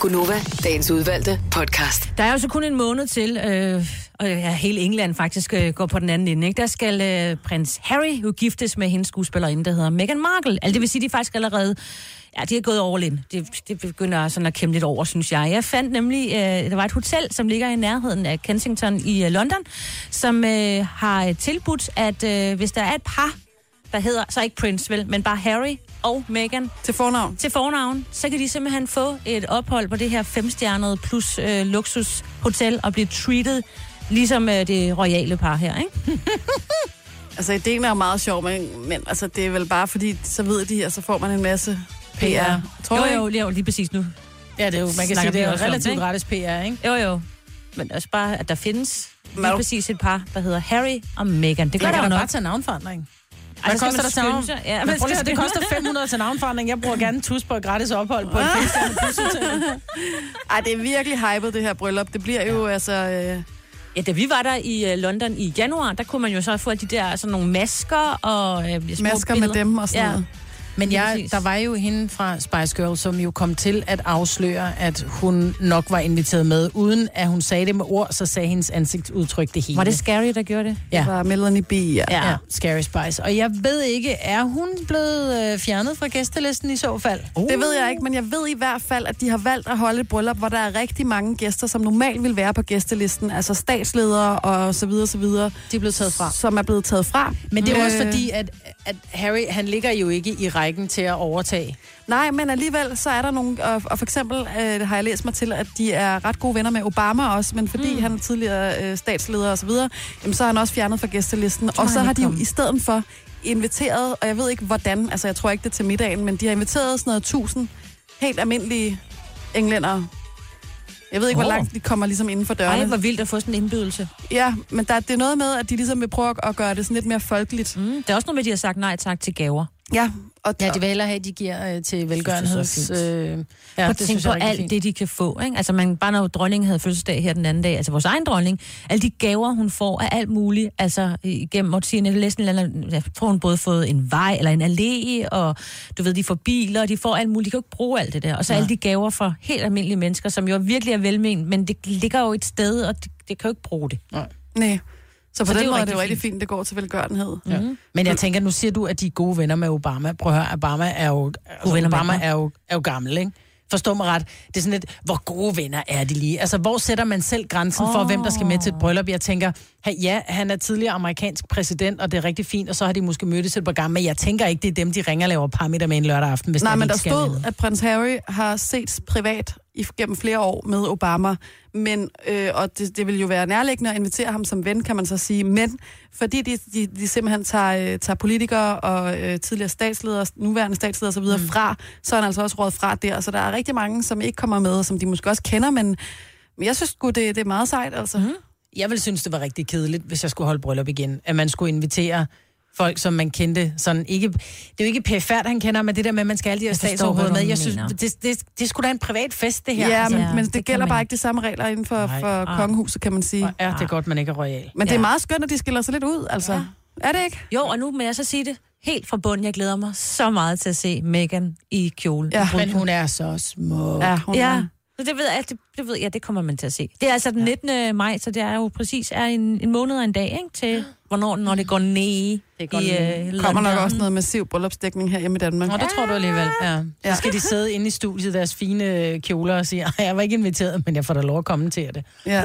Speaker 4: Gunova, dagens udvalgte podcast.
Speaker 2: Der er jo så kun en måned til, øh, og ja, hele England faktisk øh, går på den anden ende. Ikke? Der skal øh, prins Harry jo giftes med hendes skuespillerinde, der hedder Meghan Markle. Altså, det vil sige, de er faktisk allerede... Ja, de er gået all in. Det, det begynder sådan at kæmpe lidt over, synes jeg. Jeg fandt nemlig, øh, der var et hotel, som ligger i nærheden af Kensington i øh, London, som øh, har øh, tilbudt, at øh, hvis der er et par, der hedder, så ikke Prince vel, men bare Harry og Meghan,
Speaker 1: Til fornavn.
Speaker 2: til fornavn, så kan de simpelthen få et ophold på det her femstjernede plus øh, luksushotel og blive treated ligesom øh, det royale par her, ikke?
Speaker 1: Altså, ideen er jo meget sjov, men, men altså, det er vel bare fordi, så ved de, og så får man en masse PR. Tror du
Speaker 2: jo,
Speaker 1: ikke?
Speaker 2: jo, jo, lige præcis nu.
Speaker 3: Ja, det er jo, man kan
Speaker 2: Snakker
Speaker 3: sige, det
Speaker 2: vi
Speaker 3: er jo
Speaker 2: også om,
Speaker 3: relativt
Speaker 2: ikke?
Speaker 3: gratis PR, ikke?
Speaker 2: Jo, jo. Men også bare, at der findes lige præcis et par, der hedder Harry og Meghan. Det gør
Speaker 3: Jeg
Speaker 2: der
Speaker 3: kan
Speaker 2: jo
Speaker 3: da
Speaker 2: nok.
Speaker 3: bare tage navnforandring.
Speaker 2: Ej, så skal man skynde
Speaker 3: navn?
Speaker 2: sig. Ja,
Speaker 3: Ja,
Speaker 2: man
Speaker 3: men prøv lige,
Speaker 2: skal-
Speaker 3: at- det koster 500 til navnforandring. Jeg bruger gerne tus på et gratis ophold på et
Speaker 2: Ah.
Speaker 3: fængsel.
Speaker 1: Ej, det er virkelig hypet, det her bryllup. Det bliver jo altså... Øh,
Speaker 2: Ja, da vi var der i øh, London i januar, der kunne man jo så få de der sådan nogle masker og øh, små
Speaker 1: masker med
Speaker 2: billeder.
Speaker 1: dem og sådan
Speaker 2: Ja.
Speaker 1: ja. noget.
Speaker 3: Men jeg,
Speaker 2: Præcis.
Speaker 3: der var jo hende fra Spice Girl, som jo kom til at afsløre, at hun nok var inviteret med. Uden at hun sagde det med ord, så sagde hendes ansigtsudtryk det hele.
Speaker 2: Var det Scary, der gjorde det?
Speaker 1: Ja. Var Melanie B. Ja. ja.
Speaker 3: Ja, Scary Spice. Og jeg ved ikke, er hun blevet øh, fjernet fra gæstelisten i så fald? Oh.
Speaker 1: Det ved jeg ikke, men jeg ved i hvert fald, at de har valgt at holde et bryllup, hvor der er rigtig mange gæster, som normalt vil være på gæstelisten, altså statsledere og så videre, så videre,
Speaker 3: De er blevet taget fra.
Speaker 1: som er blevet taget fra.
Speaker 3: Men det er jo også
Speaker 1: Øh,
Speaker 3: fordi, at, at Harry, han ligger jo ikke i rækken til at overtage.
Speaker 1: Nej, men alligevel så er der nogle, og, og for eksempel øh, har jeg læst mig til, at de er ret gode venner med Obama også, men fordi mm. han er tidligere øh, statsleder osv., så, jamen, så er han også fjernet fra gæstelisten. Og så
Speaker 3: han
Speaker 1: har
Speaker 3: ikke
Speaker 1: de jo
Speaker 3: kommet.
Speaker 1: i stedet for inviteret, og jeg ved ikke hvordan, altså jeg tror ikke det er til middagen, men de har inviteret sådan noget tusind helt almindelige englændere. Jeg ved ikke, hvor
Speaker 3: Åh.
Speaker 1: langt de kommer ligesom inden for dørene.
Speaker 2: Ej, hvor vildt at få sådan en indbydelse.
Speaker 1: Ja, men der, det er noget med, at de ligesom vil prøve at, at gøre det sådan lidt mere folkeligt. Mm.
Speaker 2: Mm. Der er også noget med, at de har sagt nej tak til gaver.
Speaker 1: Ja, og
Speaker 3: Ja, de vil hellere have, at de giver øh, til velgørenheds...
Speaker 2: velgørenheds,
Speaker 3: Øh, ja,
Speaker 2: Ja, det tænk på alt fint. det, de kan få. Ikke? Altså, man, bare når dronningen havde fødselsdag her den anden dag, altså vores egen dronning, alle de gaver, hun får af alt muligt, altså igennem årtierne, jeg læste en eller anden, jeg tror, hun både fået en vej eller en allé, og du ved, de får biler, og de får alt muligt. De kan jo ikke bruge alt det der. Og så ja. alle de gaver fra helt almindelige mennesker, som jo virkelig er velment, men det ligger jo et sted, og det, det kan jo ikke bruge det.
Speaker 1: nej. Så på
Speaker 2: Så
Speaker 1: så
Speaker 2: det er
Speaker 1: den
Speaker 2: jo
Speaker 1: måde er det
Speaker 2: rigtig
Speaker 1: jo rigtig
Speaker 2: fint.
Speaker 1: fint, det går til velgørenhed.
Speaker 3: Ja. Mm-hmm. Men jeg tænker, nu siger du, at de er gode venner med Obama. Prøv at høre, Obama er jo, altså,
Speaker 2: venner med
Speaker 3: Obama
Speaker 2: ham.
Speaker 3: er jo, er jo gammel, ikke? Forstå mig ret. Det er sådan lidt, hvor gode venner er de lige? Altså, hvor sætter man selv grænsen oh. for, hvem der skal med til et bryllup? Jeg tænker, ha, ja, han er tidligere amerikansk præsident, og det er rigtig fint, og så har de måske mødtes et par gange, men jeg tænker ikke, det er dem, de ringer og laver parmiddag med en lørdag aften, hvis
Speaker 1: Nej,
Speaker 3: det er,
Speaker 1: men
Speaker 3: de
Speaker 1: der
Speaker 3: ikke skal
Speaker 1: stod,
Speaker 3: med.
Speaker 1: at prins Harry har set privat i- gennem flere år med Obama. Men, øh, og det, det vil jo være nærliggende at invitere ham som ven, kan man så sige. Men fordi de, de, de simpelthen tager, øh, tager politikere og øh, tidligere statsledere, nuværende statsledere osv. Mm. fra, så er han altså også råd fra der. Så der er rigtig mange, som ikke kommer med, og som de måske også kender, men, men jeg synes sgu, det, det er meget sejt, altså. Mm.
Speaker 3: Jeg ville synes, det var rigtig kedeligt, hvis jeg skulle holde bryllup igen. At man skulle invitere folk, som man kendte. Sådan, ikke, det er jo ikke pæfærd, han kender, men det der med, at man skal alle de her
Speaker 2: forstår,
Speaker 3: statsområder
Speaker 2: hvad
Speaker 3: med.
Speaker 2: du
Speaker 3: Jeg synes,
Speaker 2: mener.
Speaker 3: det, det, det, er sgu da en privat fest, det her.
Speaker 1: Ja, ja,
Speaker 2: altså,
Speaker 1: men,
Speaker 2: ja,
Speaker 1: men
Speaker 2: det
Speaker 1: det,
Speaker 2: kan
Speaker 1: det gælder
Speaker 2: man
Speaker 1: bare
Speaker 2: ikke.
Speaker 1: ikke de samme regler inden for,
Speaker 3: Nej.
Speaker 1: for kongehuset, kan man sige.
Speaker 3: Og er det godt, man ikke er royal.
Speaker 1: Men det er
Speaker 2: Ja.
Speaker 1: meget skønt, at de skiller sig lidt ud, altså. Ja. Er det ikke?
Speaker 2: Jo, og nu må jeg så sige det helt fra bunden. Jeg glæder mig så meget til at se Megan i kjole.
Speaker 1: Ja.
Speaker 3: Men hun er så smuk.
Speaker 1: Ja, hun
Speaker 2: Ja,
Speaker 1: er-
Speaker 2: så det ved jeg, altså, det, det ved jeg, det kommer man til at se. Det er altså den 19. maj, så det er jo præcis er en, en måned og en dag, ikke? Til hvornår, når det går ned det går i øh,
Speaker 1: kommer nok
Speaker 2: London.
Speaker 1: også noget massiv bryllupsdækning her hjemme i Danmark.
Speaker 3: Nå, det tror du alligevel. Ja. Så skal de sidde inde i studiet i deres fine øh, kjoler og sige, "Ej, jeg var ikke inviteret, men jeg får da lov at kommentere det.
Speaker 1: Ja.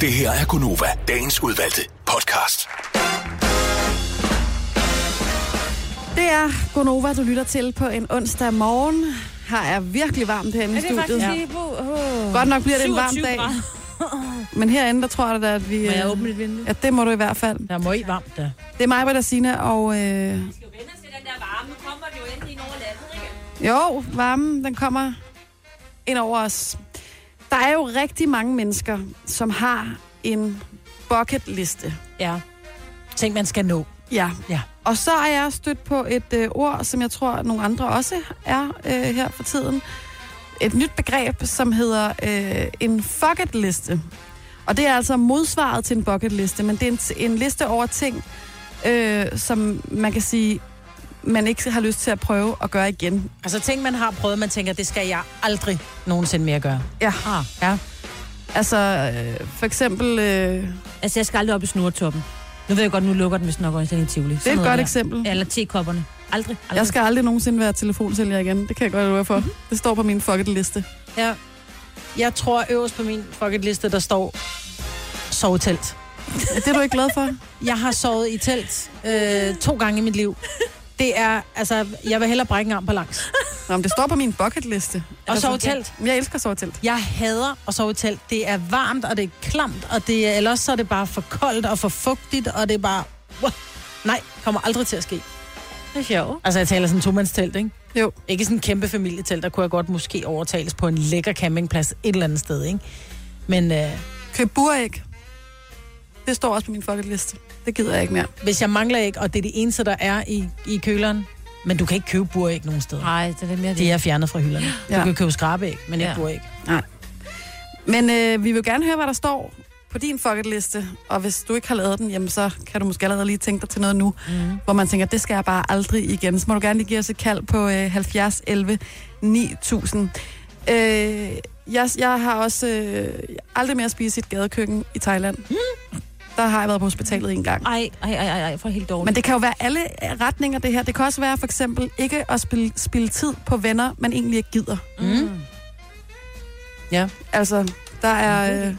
Speaker 5: Det her er Gunova, dagens udvalgte podcast.
Speaker 1: Det er Gonova, du lytter til på en onsdag morgen. Her er virkelig varmt herinde i
Speaker 2: Det er
Speaker 1: studiet.
Speaker 2: faktisk lige på... Oh.
Speaker 1: Godt nok bliver det en varm
Speaker 2: 27
Speaker 1: dag,
Speaker 2: grader.
Speaker 1: men herinde, der tror jeg da, at vi...
Speaker 2: Må jeg
Speaker 1: øh,
Speaker 2: åbne et vindue?
Speaker 1: Ja, det må du i hvert fald.
Speaker 3: Der må I varmt, da.
Speaker 1: Det er mig, der Signe, og... Øh,
Speaker 2: skal jo vende os til den der varme. Nu kommer den jo endelig ind over landet,
Speaker 1: Jo,
Speaker 2: ikke?
Speaker 1: varmen, den kommer ind over os. Der er jo rigtig mange mennesker, som har en bucket liste.
Speaker 3: Ja. Ting, man skal nå.
Speaker 1: Ja.
Speaker 3: Ja.
Speaker 1: Og så er jeg stødt på et øh, ord, som jeg tror, nogle andre også er øh, her for tiden. Et nyt begreb, som hedder øh, en bucket liste. Og det er altså modsvaret til en bucket liste, men det er en, en liste over ting, øh, som man kan sige, man ikke har lyst til at prøve at gøre igen.
Speaker 3: Altså ting, man har prøvet, man tænker, det skal jeg aldrig nogensinde mere gøre.
Speaker 1: Ja.
Speaker 3: Ah, ja.
Speaker 1: Altså, øh, for eksempel... Øh,
Speaker 2: Altså, jeg skal aldrig op i snortoppen. Nu ved jeg godt, nu lukker den, hvis den nok går i Tivoli.
Speaker 1: Det er et godt eksempel.
Speaker 2: Ja, eller tekopperne. Aldrig, aldrig.
Speaker 1: Jeg skal aldrig nogensinde være telefonsælger igen. Det kan jeg godt love jer for. Det står på min fucket liste.
Speaker 3: ja. Jeg tror øverst på min fucking liste, der står sovetelt.
Speaker 1: Det er du ikke glad for?
Speaker 3: Jeg har sovet i telt øh, to gange i mit liv. Det er, altså, jeg vil hellere brække en arm på langs.
Speaker 1: Nå, men det står på min bucket liste.
Speaker 3: Og sove i telt.
Speaker 1: Men Jeg elsker sovetelt.
Speaker 3: Jeg hader at sove i telt. Det er varmt, og det er klamt, og det er, ellers så er det bare for koldt og for fugtigt, og det er bare... Wow. Nej, kommer aldrig til at ske.
Speaker 2: Det er sjovt.
Speaker 3: Altså, jeg taler sådan en tomandstelt, ikke?
Speaker 1: Jo.
Speaker 3: Ikke sådan en kæmpe familietelt, der kunne jeg godt måske overtales på en lækker campingplads et eller andet sted, ikke? Men øh,
Speaker 1: Køb buræg. Det står også på min fucking liste. Det gider jeg ikke mere.
Speaker 3: Hvis jeg mangler ikke, og det er det eneste, der er i, i køleren, men du kan ikke købe buræg nogen steder.
Speaker 2: Nej, det er lidt mere det.
Speaker 3: De er fjernet fra hylderne. Ja.
Speaker 1: Ja.
Speaker 3: Du kan købe skrabeæg, men
Speaker 2: Ja.
Speaker 3: ikke ja. buræg.
Speaker 1: Nej. Men øh, vi vil gerne høre, hvad der står på din fucking liste. Og hvis du ikke har lavet den, jamen, så kan du måske allerede lige tænke dig til noget nu,
Speaker 3: Mhm.
Speaker 1: mm. hvor man tænker, det skal jeg bare aldrig igen. Så må du gerne lige give os et kald på øh, 70 11 9000. Øh, jeg, jeg har også øh, aldrig mere spist i et gadekøkken i Thailand. Mm.
Speaker 3: Mhm.
Speaker 1: Der har jeg været på hospitalet en gang.
Speaker 2: Ej, ej, ej, ej, ej, jeg får helt dårligt.
Speaker 1: Men det kan jo være alle retninger, det her. Det kan også være for eksempel ikke at spille, spille tid på venner, man egentlig ikke gider.
Speaker 3: Mm. Ja.
Speaker 1: Altså, der er...
Speaker 3: Mm.
Speaker 1: Øh,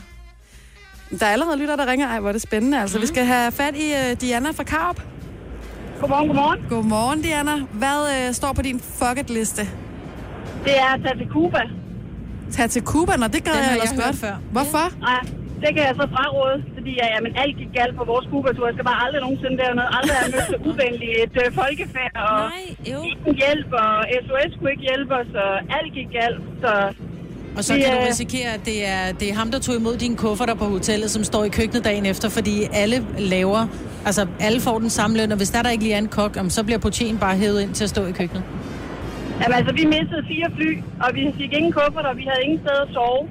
Speaker 1: der er allerede lytter, der ringer. Ej, hvor er det spændende. Altså, mm. vi skal have fat i øh, Diana fra Karup.
Speaker 10: Godmorgen, godmorgen.
Speaker 1: Godmorgen, Diana. Hvad øh, står på din fucket-liste?
Speaker 10: Det er at tage til Cuba.
Speaker 1: Tag til Cuba, når det gad
Speaker 3: Den
Speaker 1: jeg
Speaker 3: har
Speaker 1: ellers
Speaker 3: jeg hørt
Speaker 1: godt.
Speaker 3: før.
Speaker 1: Hvorfor?
Speaker 10: Nej, det kan jeg så fraråde, fordi ja, jamen, alt gik galt på vores Cuba-tur. Jeg skal bare aldrig nogensinde dernede. Aldrig er jeg mødt så uvenligt et øh, folkefærd, og
Speaker 2: Nej, jo.
Speaker 10: ingen hjælp, og SOS kunne ikke hjælpe os, og alt gik galt. Så
Speaker 3: Og så
Speaker 10: Det
Speaker 3: kan du
Speaker 10: er-
Speaker 3: risikere, at det er, det er ham, der tog imod dine kufferter på hotellet, som står i køkkenet dagen efter, fordi alle laver, altså alle får den samme løn, og hvis der, der ikke lige er en kok, jamen, så bliver portien bare hævet ind til at stå i køkkenet.
Speaker 10: jamen, altså, vi mistede fire fly, og vi fik ingen kuffert, og vi havde ingen sted at sove.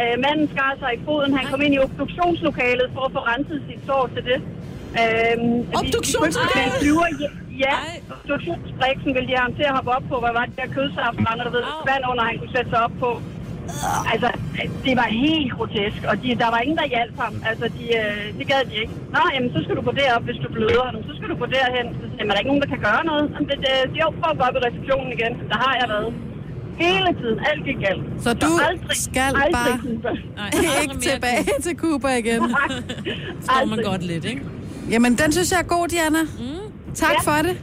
Speaker 10: Øh, manden skar sig i foden. Han kom ind i obduktionslokalet for at få renset sit sår til det. Øh,
Speaker 3: Obduktionslokalet?
Speaker 10: Obduktionslokalet? Ja,
Speaker 2: Ej.
Speaker 10: obduktionsbriksen ville de have ham til at hoppe op på. Hvad var det der kødsaftrender, der ved
Speaker 2: Au.
Speaker 10: vand under, han kunne sætte sig op på? Altså, det var helt grotesk, og de, der var ingen, der hjalp ham. Altså, de, øh, det gad de ikke. Nå, jamen, så skal du gå derop, hvis du bløder. Nå, så skal du gå derhen. Så siger, jeg, jamen, er der ikke nogen, der kan gøre noget? Jamen, det, det, jo, prøv at gå op i receptionen igen. Der har jeg været. Hele tiden. Alt gik galt.
Speaker 1: Så du
Speaker 10: aldrig,
Speaker 1: skal
Speaker 10: aldrig
Speaker 1: bare-
Speaker 10: Cuba.
Speaker 2: Nej,
Speaker 1: Ikke tilbage til Cuba igen.
Speaker 10: Tak.
Speaker 2: Står man
Speaker 10: Aldrig.
Speaker 2: godt lidt, ikke?
Speaker 1: Jamen, den synes jeg er god, Diana. Mm. Tak
Speaker 10: Ja.
Speaker 1: for det.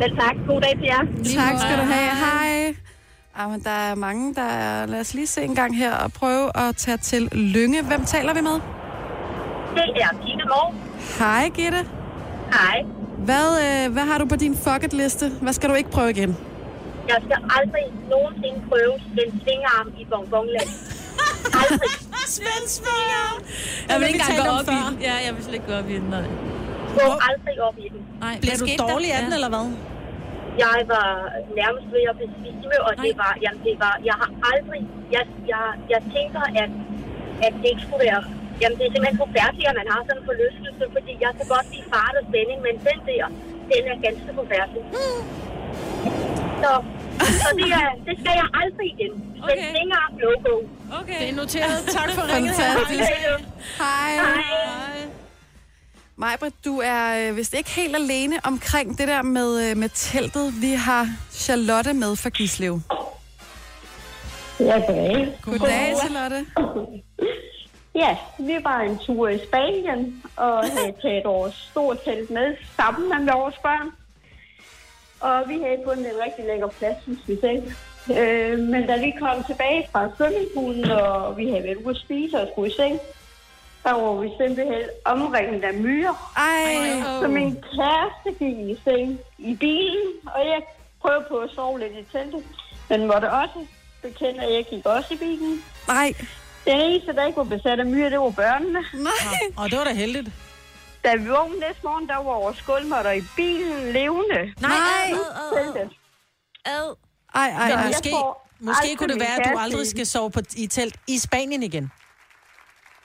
Speaker 10: Selv tak. God dag til jer.
Speaker 1: Tak skal du have. Hej. Ah, men der er mange, der er... Lad os lige se en gang her og prøve at tage til Lynge. Hvem taler vi med?
Speaker 10: Det er Gitte Morg.
Speaker 1: Hej, Gitte.
Speaker 10: Hej.
Speaker 1: Hvad, øh, hvad har du på din bucket-liste? Hvad skal du ikke prøve igen?
Speaker 10: Jeg skal aldrig nogensinde prøve den svingarm i Bongbongland. Aldrig.
Speaker 2: Jeg vil ikke
Speaker 3: vi
Speaker 2: engang gå
Speaker 3: talt om
Speaker 2: op i den. Ja, jeg vil slet ikke gå op i den. Nej.
Speaker 10: Gå aldrig op i den.
Speaker 2: Nej,
Speaker 3: Bliver du dårlig af den, eller hvad?
Speaker 10: Jeg var nærmest ved at besvime, og det
Speaker 2: Nej.
Speaker 10: var, jamen det var, jeg har aldrig, jeg, jeg, jeg tænker, at, at det ikke skulle være, jamen det er simpelthen forfærdeligt, at man har sådan en forlystelse, fordi jeg kan godt lide fart og spænding, men den der, den er ganske forfærdelig. Så, så det, er, det skal jeg aldrig igen. Okay. Men
Speaker 2: Okay.
Speaker 10: længere no-go.
Speaker 2: Okay.
Speaker 3: Det er noteret. Tak for ringet.
Speaker 1: Fantastisk. Hej.
Speaker 2: Hej.
Speaker 1: Majbrit, du er øh, vist ikke helt alene omkring det der med, øh, med teltet. Vi har Charlotte med fra Gislev.
Speaker 10: Ja, det
Speaker 1: Goddag, Charlotte.
Speaker 10: Ja, vi var en tur i Spanien og havde taget vores stort telt med sammen med vores børn. Og vi havde fundet en rigtig lækker plads, synes vi selv. Øh, men da vi kom tilbage fra svømmepoolen, og vi havde været ude at spise og skulle i seng, der var vi simpelthen omringet af myrer.
Speaker 1: Ej,
Speaker 10: Så min kæreste gik i seng i bilen, og jeg prøvede på at sove lidt i teltet. Men måtte også bekende, at jeg gik også i bilen.
Speaker 1: nej,
Speaker 10: Den eneste, der ikke var besat af myrer, det var børnene.
Speaker 1: nej.
Speaker 3: Og det var da heldigt.
Speaker 10: Da vi vågnede næste morgen, der var vores gulvmåtter i bilen levende.
Speaker 2: Nej,
Speaker 1: Nej.
Speaker 2: ad, ad, ad,
Speaker 10: Teltet.
Speaker 2: ad.
Speaker 1: Ej, ej,
Speaker 3: Men
Speaker 1: ej.
Speaker 3: måske,
Speaker 10: får
Speaker 3: måske
Speaker 10: aldrig
Speaker 3: kunne det
Speaker 10: min
Speaker 3: være, at du
Speaker 10: kæreste
Speaker 3: aldrig
Speaker 10: i den.
Speaker 3: skal sove på, i telt i Spanien igen.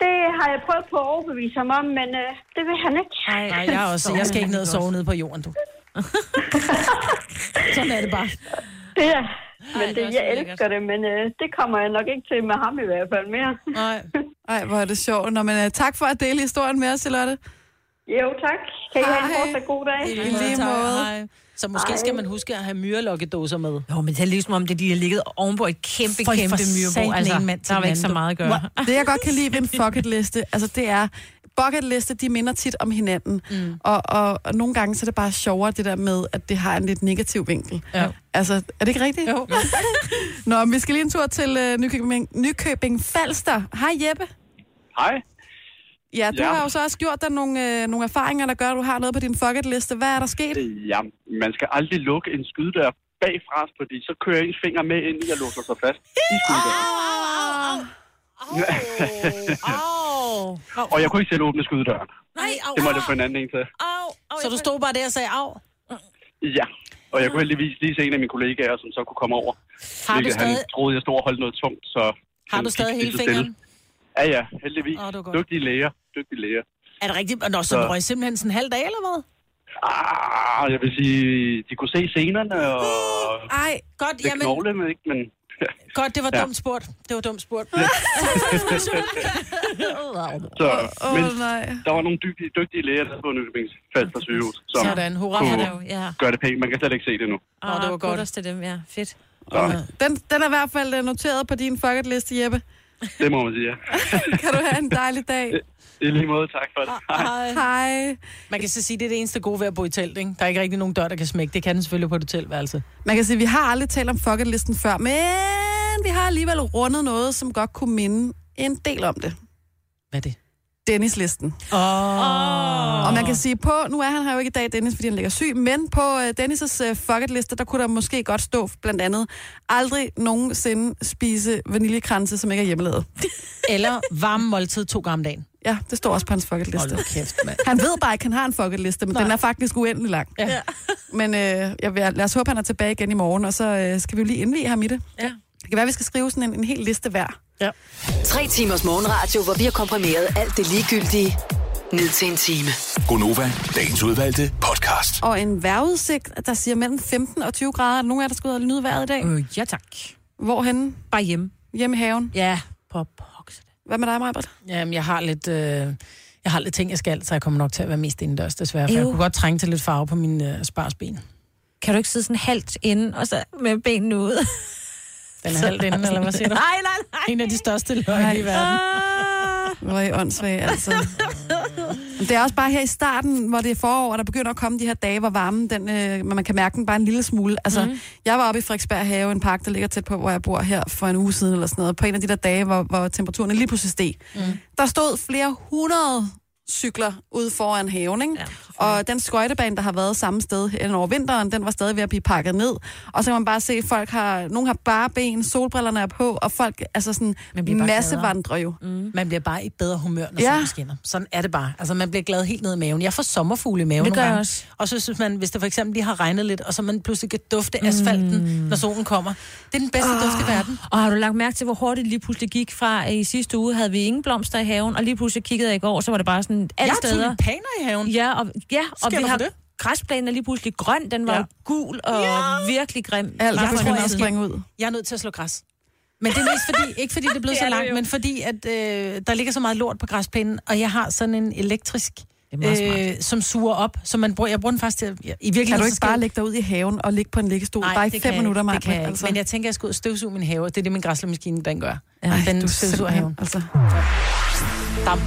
Speaker 10: Det har jeg prøvet på at overbevise ham om, men øh, det vil han ikke.
Speaker 3: Nej, jeg er også. Jeg skal ikke ned og sove nede på jorden, du. Sådan er det bare.
Speaker 10: Det er, men
Speaker 2: det
Speaker 10: Ej,
Speaker 2: er
Speaker 10: det,
Speaker 2: også
Speaker 10: jeg
Speaker 2: ulækkert.
Speaker 10: elsker det, men øh, det kommer jeg nok ikke til med ham i hvert fald mere.
Speaker 3: Nej.
Speaker 1: Ej, hvor er det sjovt. Nå, men, uh, tak for at dele historien med os, Charlotte.
Speaker 10: Jo, tak. Kan I have en
Speaker 1: Hej.
Speaker 10: fortsat god dag?
Speaker 1: I lige
Speaker 3: Tak,
Speaker 1: måde.
Speaker 3: hej. Så måske skal man huske at have myrelokkedåser med.
Speaker 2: Jo, men det er ligesom om, det de har ligget ovenpå et kæmpe,
Speaker 3: For- for
Speaker 2: kæmpe myrebo.
Speaker 3: satan,
Speaker 2: Altså,
Speaker 3: en mand til
Speaker 2: der var
Speaker 3: den
Speaker 2: ikke så
Speaker 3: anden, du.
Speaker 2: meget at gøre.
Speaker 1: Det, jeg godt kan lide ved en bucket-liste, altså det er, bucket-liste, de minder tit om hinanden. Mm. Og, og, og, nogle gange, så er det bare sjovere, det der med, at det har en lidt negativ vinkel.
Speaker 3: Ja.
Speaker 1: Altså, er det ikke rigtigt?
Speaker 3: Jo.
Speaker 1: Nå, men vi skal lige en tur til øh, Nykøbing, Nykøbing Falster. Hej Jeppe.
Speaker 9: Hej.
Speaker 1: Ja, du
Speaker 9: Ja.
Speaker 1: har jo så også gjort dig nogle, øh, nogle erfaringer, der gør, at du har noget på din bucketliste. Hvad er der sket?
Speaker 9: Ja, man skal aldrig lukke en skydedør bagfra, fordi så kører ens finger med ind, i og låser sig fast i skydedøren.
Speaker 2: Au, au, au. Au, au. Åh,
Speaker 9: Og jeg kunne ikke selv åbne skydedøren.
Speaker 2: nej, au,
Speaker 9: Det måtte jeg få en anden en til.
Speaker 2: au, au,
Speaker 3: Så du stod bare der og sagde, af,
Speaker 9: Ja. Og jeg kunne heldigvis lige se en af mine kollegaer, som så kunne komme over.
Speaker 3: har du
Speaker 9: Hvilket han
Speaker 3: stadig,
Speaker 9: troede, jeg stod og holdt noget tungt, så...
Speaker 3: har
Speaker 9: han
Speaker 3: du
Speaker 9: gik
Speaker 3: stadig
Speaker 9: lige
Speaker 3: hele
Speaker 9: så stille.
Speaker 3: fingeren?
Speaker 9: Ja, ja, heldigvis.
Speaker 3: Åh, det var godt.
Speaker 9: Dygtige læger. Dygtige læger.
Speaker 3: Er det rigtigt? Nå, så du
Speaker 9: Så-
Speaker 3: røg simpelthen sådan en halv dag, eller hvad?
Speaker 9: Ah, jeg vil sige, de kunne se scenerne og
Speaker 1: Ej,
Speaker 3: Godt,
Speaker 9: det
Speaker 3: jamen,
Speaker 9: knogle, men ikke, men...
Speaker 3: godt, det var
Speaker 9: Ja.
Speaker 3: dumt spurgt. Det var dumt spurgt.
Speaker 9: Så,
Speaker 1: åh
Speaker 9: men
Speaker 1: oh, nej.
Speaker 9: der var nogle dygtige, dygtige læger, der var nødvendigvis faldt fra sygehus, som
Speaker 3: Sådan, hurra for
Speaker 9: kunne
Speaker 3: dig.
Speaker 2: ja.
Speaker 9: gøre det pænt. Man kan slet ikke se det nu.
Speaker 2: Ah,
Speaker 3: det var godt.
Speaker 2: kudos til dem, ja. Fedt.
Speaker 1: Den, den er i hvert fald øh, noteret på din fucketliste, liste, Jeppe.
Speaker 9: Det må man sige, ja.
Speaker 1: Kan du have en dejlig dag.
Speaker 9: I lige måde, tak for det.
Speaker 3: Ah.
Speaker 9: Hej.
Speaker 1: Hej.
Speaker 3: Man kan så sige, det er det eneste gode ved at bo i telt, ikke? Der er ikke rigtig nogen dør, der kan smække. Det kan den selvfølgelig på et hotelværelse.
Speaker 1: Man kan sige, at vi har aldrig talt om fucketlisten før, men vi har alligevel rundet noget, som godt kunne minde en del om det.
Speaker 3: Hvad er det?
Speaker 1: Dennis-listen.
Speaker 3: Åh.
Speaker 1: Og man kan sige på, nu er han her jo ikke i dag, Dennis, fordi han ligger syg, men på øh, Dennis' øh, fucketliste, der kunne der måske godt stå blandt andet, aldrig nogensinde spise vaniljekranse, som ikke er hjemmelavet.
Speaker 3: Eller varme måltid to gange om dagen.
Speaker 1: Ja, det står også på hans fucketliste.
Speaker 3: Hold nu kæft, mand.
Speaker 1: Han ved bare ikke, han har en fucketliste, men Nej. den er faktisk uendelig lang.
Speaker 3: Ja.
Speaker 1: Men øh, jeg vil, lad os håbe, han er tilbage igen i morgen, og så øh, skal vi jo lige indvige ham i det.
Speaker 2: Ja.
Speaker 1: Det kan være, vi skal skrive sådan en, en hel liste hver.
Speaker 4: Tre timers morgenradio, hvor vi har komprimeret alt det ligegyldige ned til en time.
Speaker 5: Gonova, dagens udvalgte podcast.
Speaker 1: Og en vejrudsigt, der siger mellem 15 og 20 grader. Er der nogen af jer, der skal ud og nyde vejret i dag? Mm.
Speaker 2: Øh, ja tak.
Speaker 1: Hvorhenne?
Speaker 2: Bare hjemme.
Speaker 1: Hjemme i haven.
Speaker 2: Ja, på pokse.
Speaker 1: Hvad med dig, Majbert?
Speaker 3: Jamen, jeg har lidt... Øh... Jeg har lidt ting, jeg skal, så jeg kommer nok til at være mest indendørs, desværre. For jeg
Speaker 2: Ew.
Speaker 3: kunne godt trænge til lidt farve på mine øh, sparsben.
Speaker 2: Kan du ikke sidde sådan halvt inde, og så med benene ude?
Speaker 3: Den er halvt inden, eller hvad siger du?
Speaker 2: nej, nej, nej.
Speaker 3: En af de største løgne i verden.
Speaker 2: Ah.
Speaker 1: Hvor er I åndssvage, altså. Men det er også bare her i starten, hvor det er forår, og der begynder at komme de her dage, hvor varmen, den, øh, man kan mærke den bare en lille smule. Altså,
Speaker 2: Mhm.
Speaker 1: mm. jeg var oppe i Frederiksberg Have, en park, der ligger tæt på, hvor jeg bor her for en uge siden eller sådan noget, på en af de der dage, hvor, hvor temperaturen lige pludselig steg. Mm.
Speaker 2: Mhm.
Speaker 1: Der stod flere hundrede cykler ude foran haven, ikke? Ja, og den skøjtebane, der har været samme sted hen over vinteren, den var stadig ved at blive pakket ned. Og så kan man bare se, at folk har, nogen har bare ben, solbrillerne er på, og folk, altså sådan,
Speaker 2: Man bliver bare
Speaker 1: massevandrer jo.
Speaker 3: Man bliver bare i bedre humør, når
Speaker 1: Ja.
Speaker 3: ja. solen skinner. Sådan er det bare. Altså, man bliver glad helt ned i maven. Jeg får sommerfugle i maven
Speaker 2: Det
Speaker 3: nogle
Speaker 2: gør jeg
Speaker 3: gange.
Speaker 2: også.
Speaker 3: Og så synes man, hvis det for eksempel lige har regnet lidt, og så man pludselig kan dufte asfalten, når solen kommer. Det er den bedste oh. duft i verden.
Speaker 2: Og har du lagt mærke til, hvor hurtigt det lige pludselig gik fra øh, i sidste uge, havde vi ingen blomster i haven, og lige pludselig kiggede jeg i går, så var det bare sådan alle
Speaker 3: Jeg har
Speaker 2: steder.
Speaker 3: tulipaner i haven.
Speaker 2: Ja, og, ja, og
Speaker 3: Sker
Speaker 2: vi
Speaker 3: der for
Speaker 2: har
Speaker 3: det?
Speaker 2: græsplænen er lige pludselig grøn, den var
Speaker 3: Ja.
Speaker 2: ja. gul og ja. virkelig grim.
Speaker 1: Alt,
Speaker 3: Jeg
Speaker 1: der
Speaker 3: tror,
Speaker 1: begynder
Speaker 3: jeg
Speaker 1: at
Speaker 3: skal-
Speaker 1: springe ud.
Speaker 3: Jeg er nødt til at slå græs. Men det er mest fordi, ikke fordi det er blevet så langt, men fordi, at øh, der ligger så meget lort på græsplænen, og jeg har sådan en elektrisk,
Speaker 2: meget
Speaker 3: øh, som suger op, så man bruger, jeg bruger den faktisk til, at- i virkeligheden...
Speaker 1: Kan du
Speaker 3: så
Speaker 1: ikke
Speaker 3: skal
Speaker 1: bare
Speaker 3: jeg-
Speaker 1: lægge dig ud i haven og ligge på en liggestol? Nej, bare i
Speaker 3: det
Speaker 1: fem
Speaker 3: kan jeg
Speaker 1: minutter, Altså, mig.
Speaker 3: ikke. Det kan jeg ikke. Men jeg tænker, jeg skal ud og støvsuge min have. Det er det, min græslemaskine, den gør.
Speaker 2: Ej,
Speaker 3: Ej, den
Speaker 1: du
Speaker 3: støvsuger haven.
Speaker 1: Altså.
Speaker 3: Damp.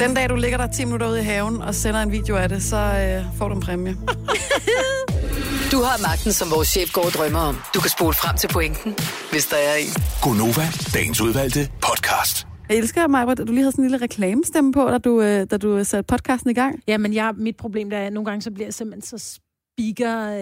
Speaker 1: Den dag, du ligger der 10 minutter ude i haven og sender en video af det, så øh, får du en præmie.
Speaker 4: Du har magten, som vores chef går og drømmer om. Du kan spole frem til pointen, hvis der er en.
Speaker 5: Gonova, dagens udvalgte podcast.
Speaker 1: Jeg elsker mig, at du lige havde sådan en lille reklamestemme på, da du, øh, da du øh, satte podcasten i gang.
Speaker 3: Ja, men jeg, mit problem der er, at nogle gange så bliver jeg simpelthen så speaker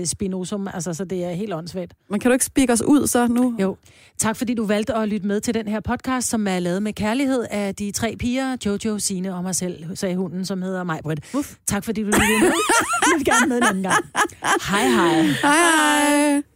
Speaker 3: øh, spinosum, altså så det er helt åndssvagt.
Speaker 1: Men kan du ikke speak os ud så nu?
Speaker 3: Jo. Tak fordi du valgte at lytte med til den her podcast, som er lavet med kærlighed af de tre piger, Jojo, Sine og mig selv, sagde hunden, som hedder Majbrit. Tak fordi du lyttede med. Jeg vil gerne med en anden gang. Hej hej.
Speaker 1: Hej, hej.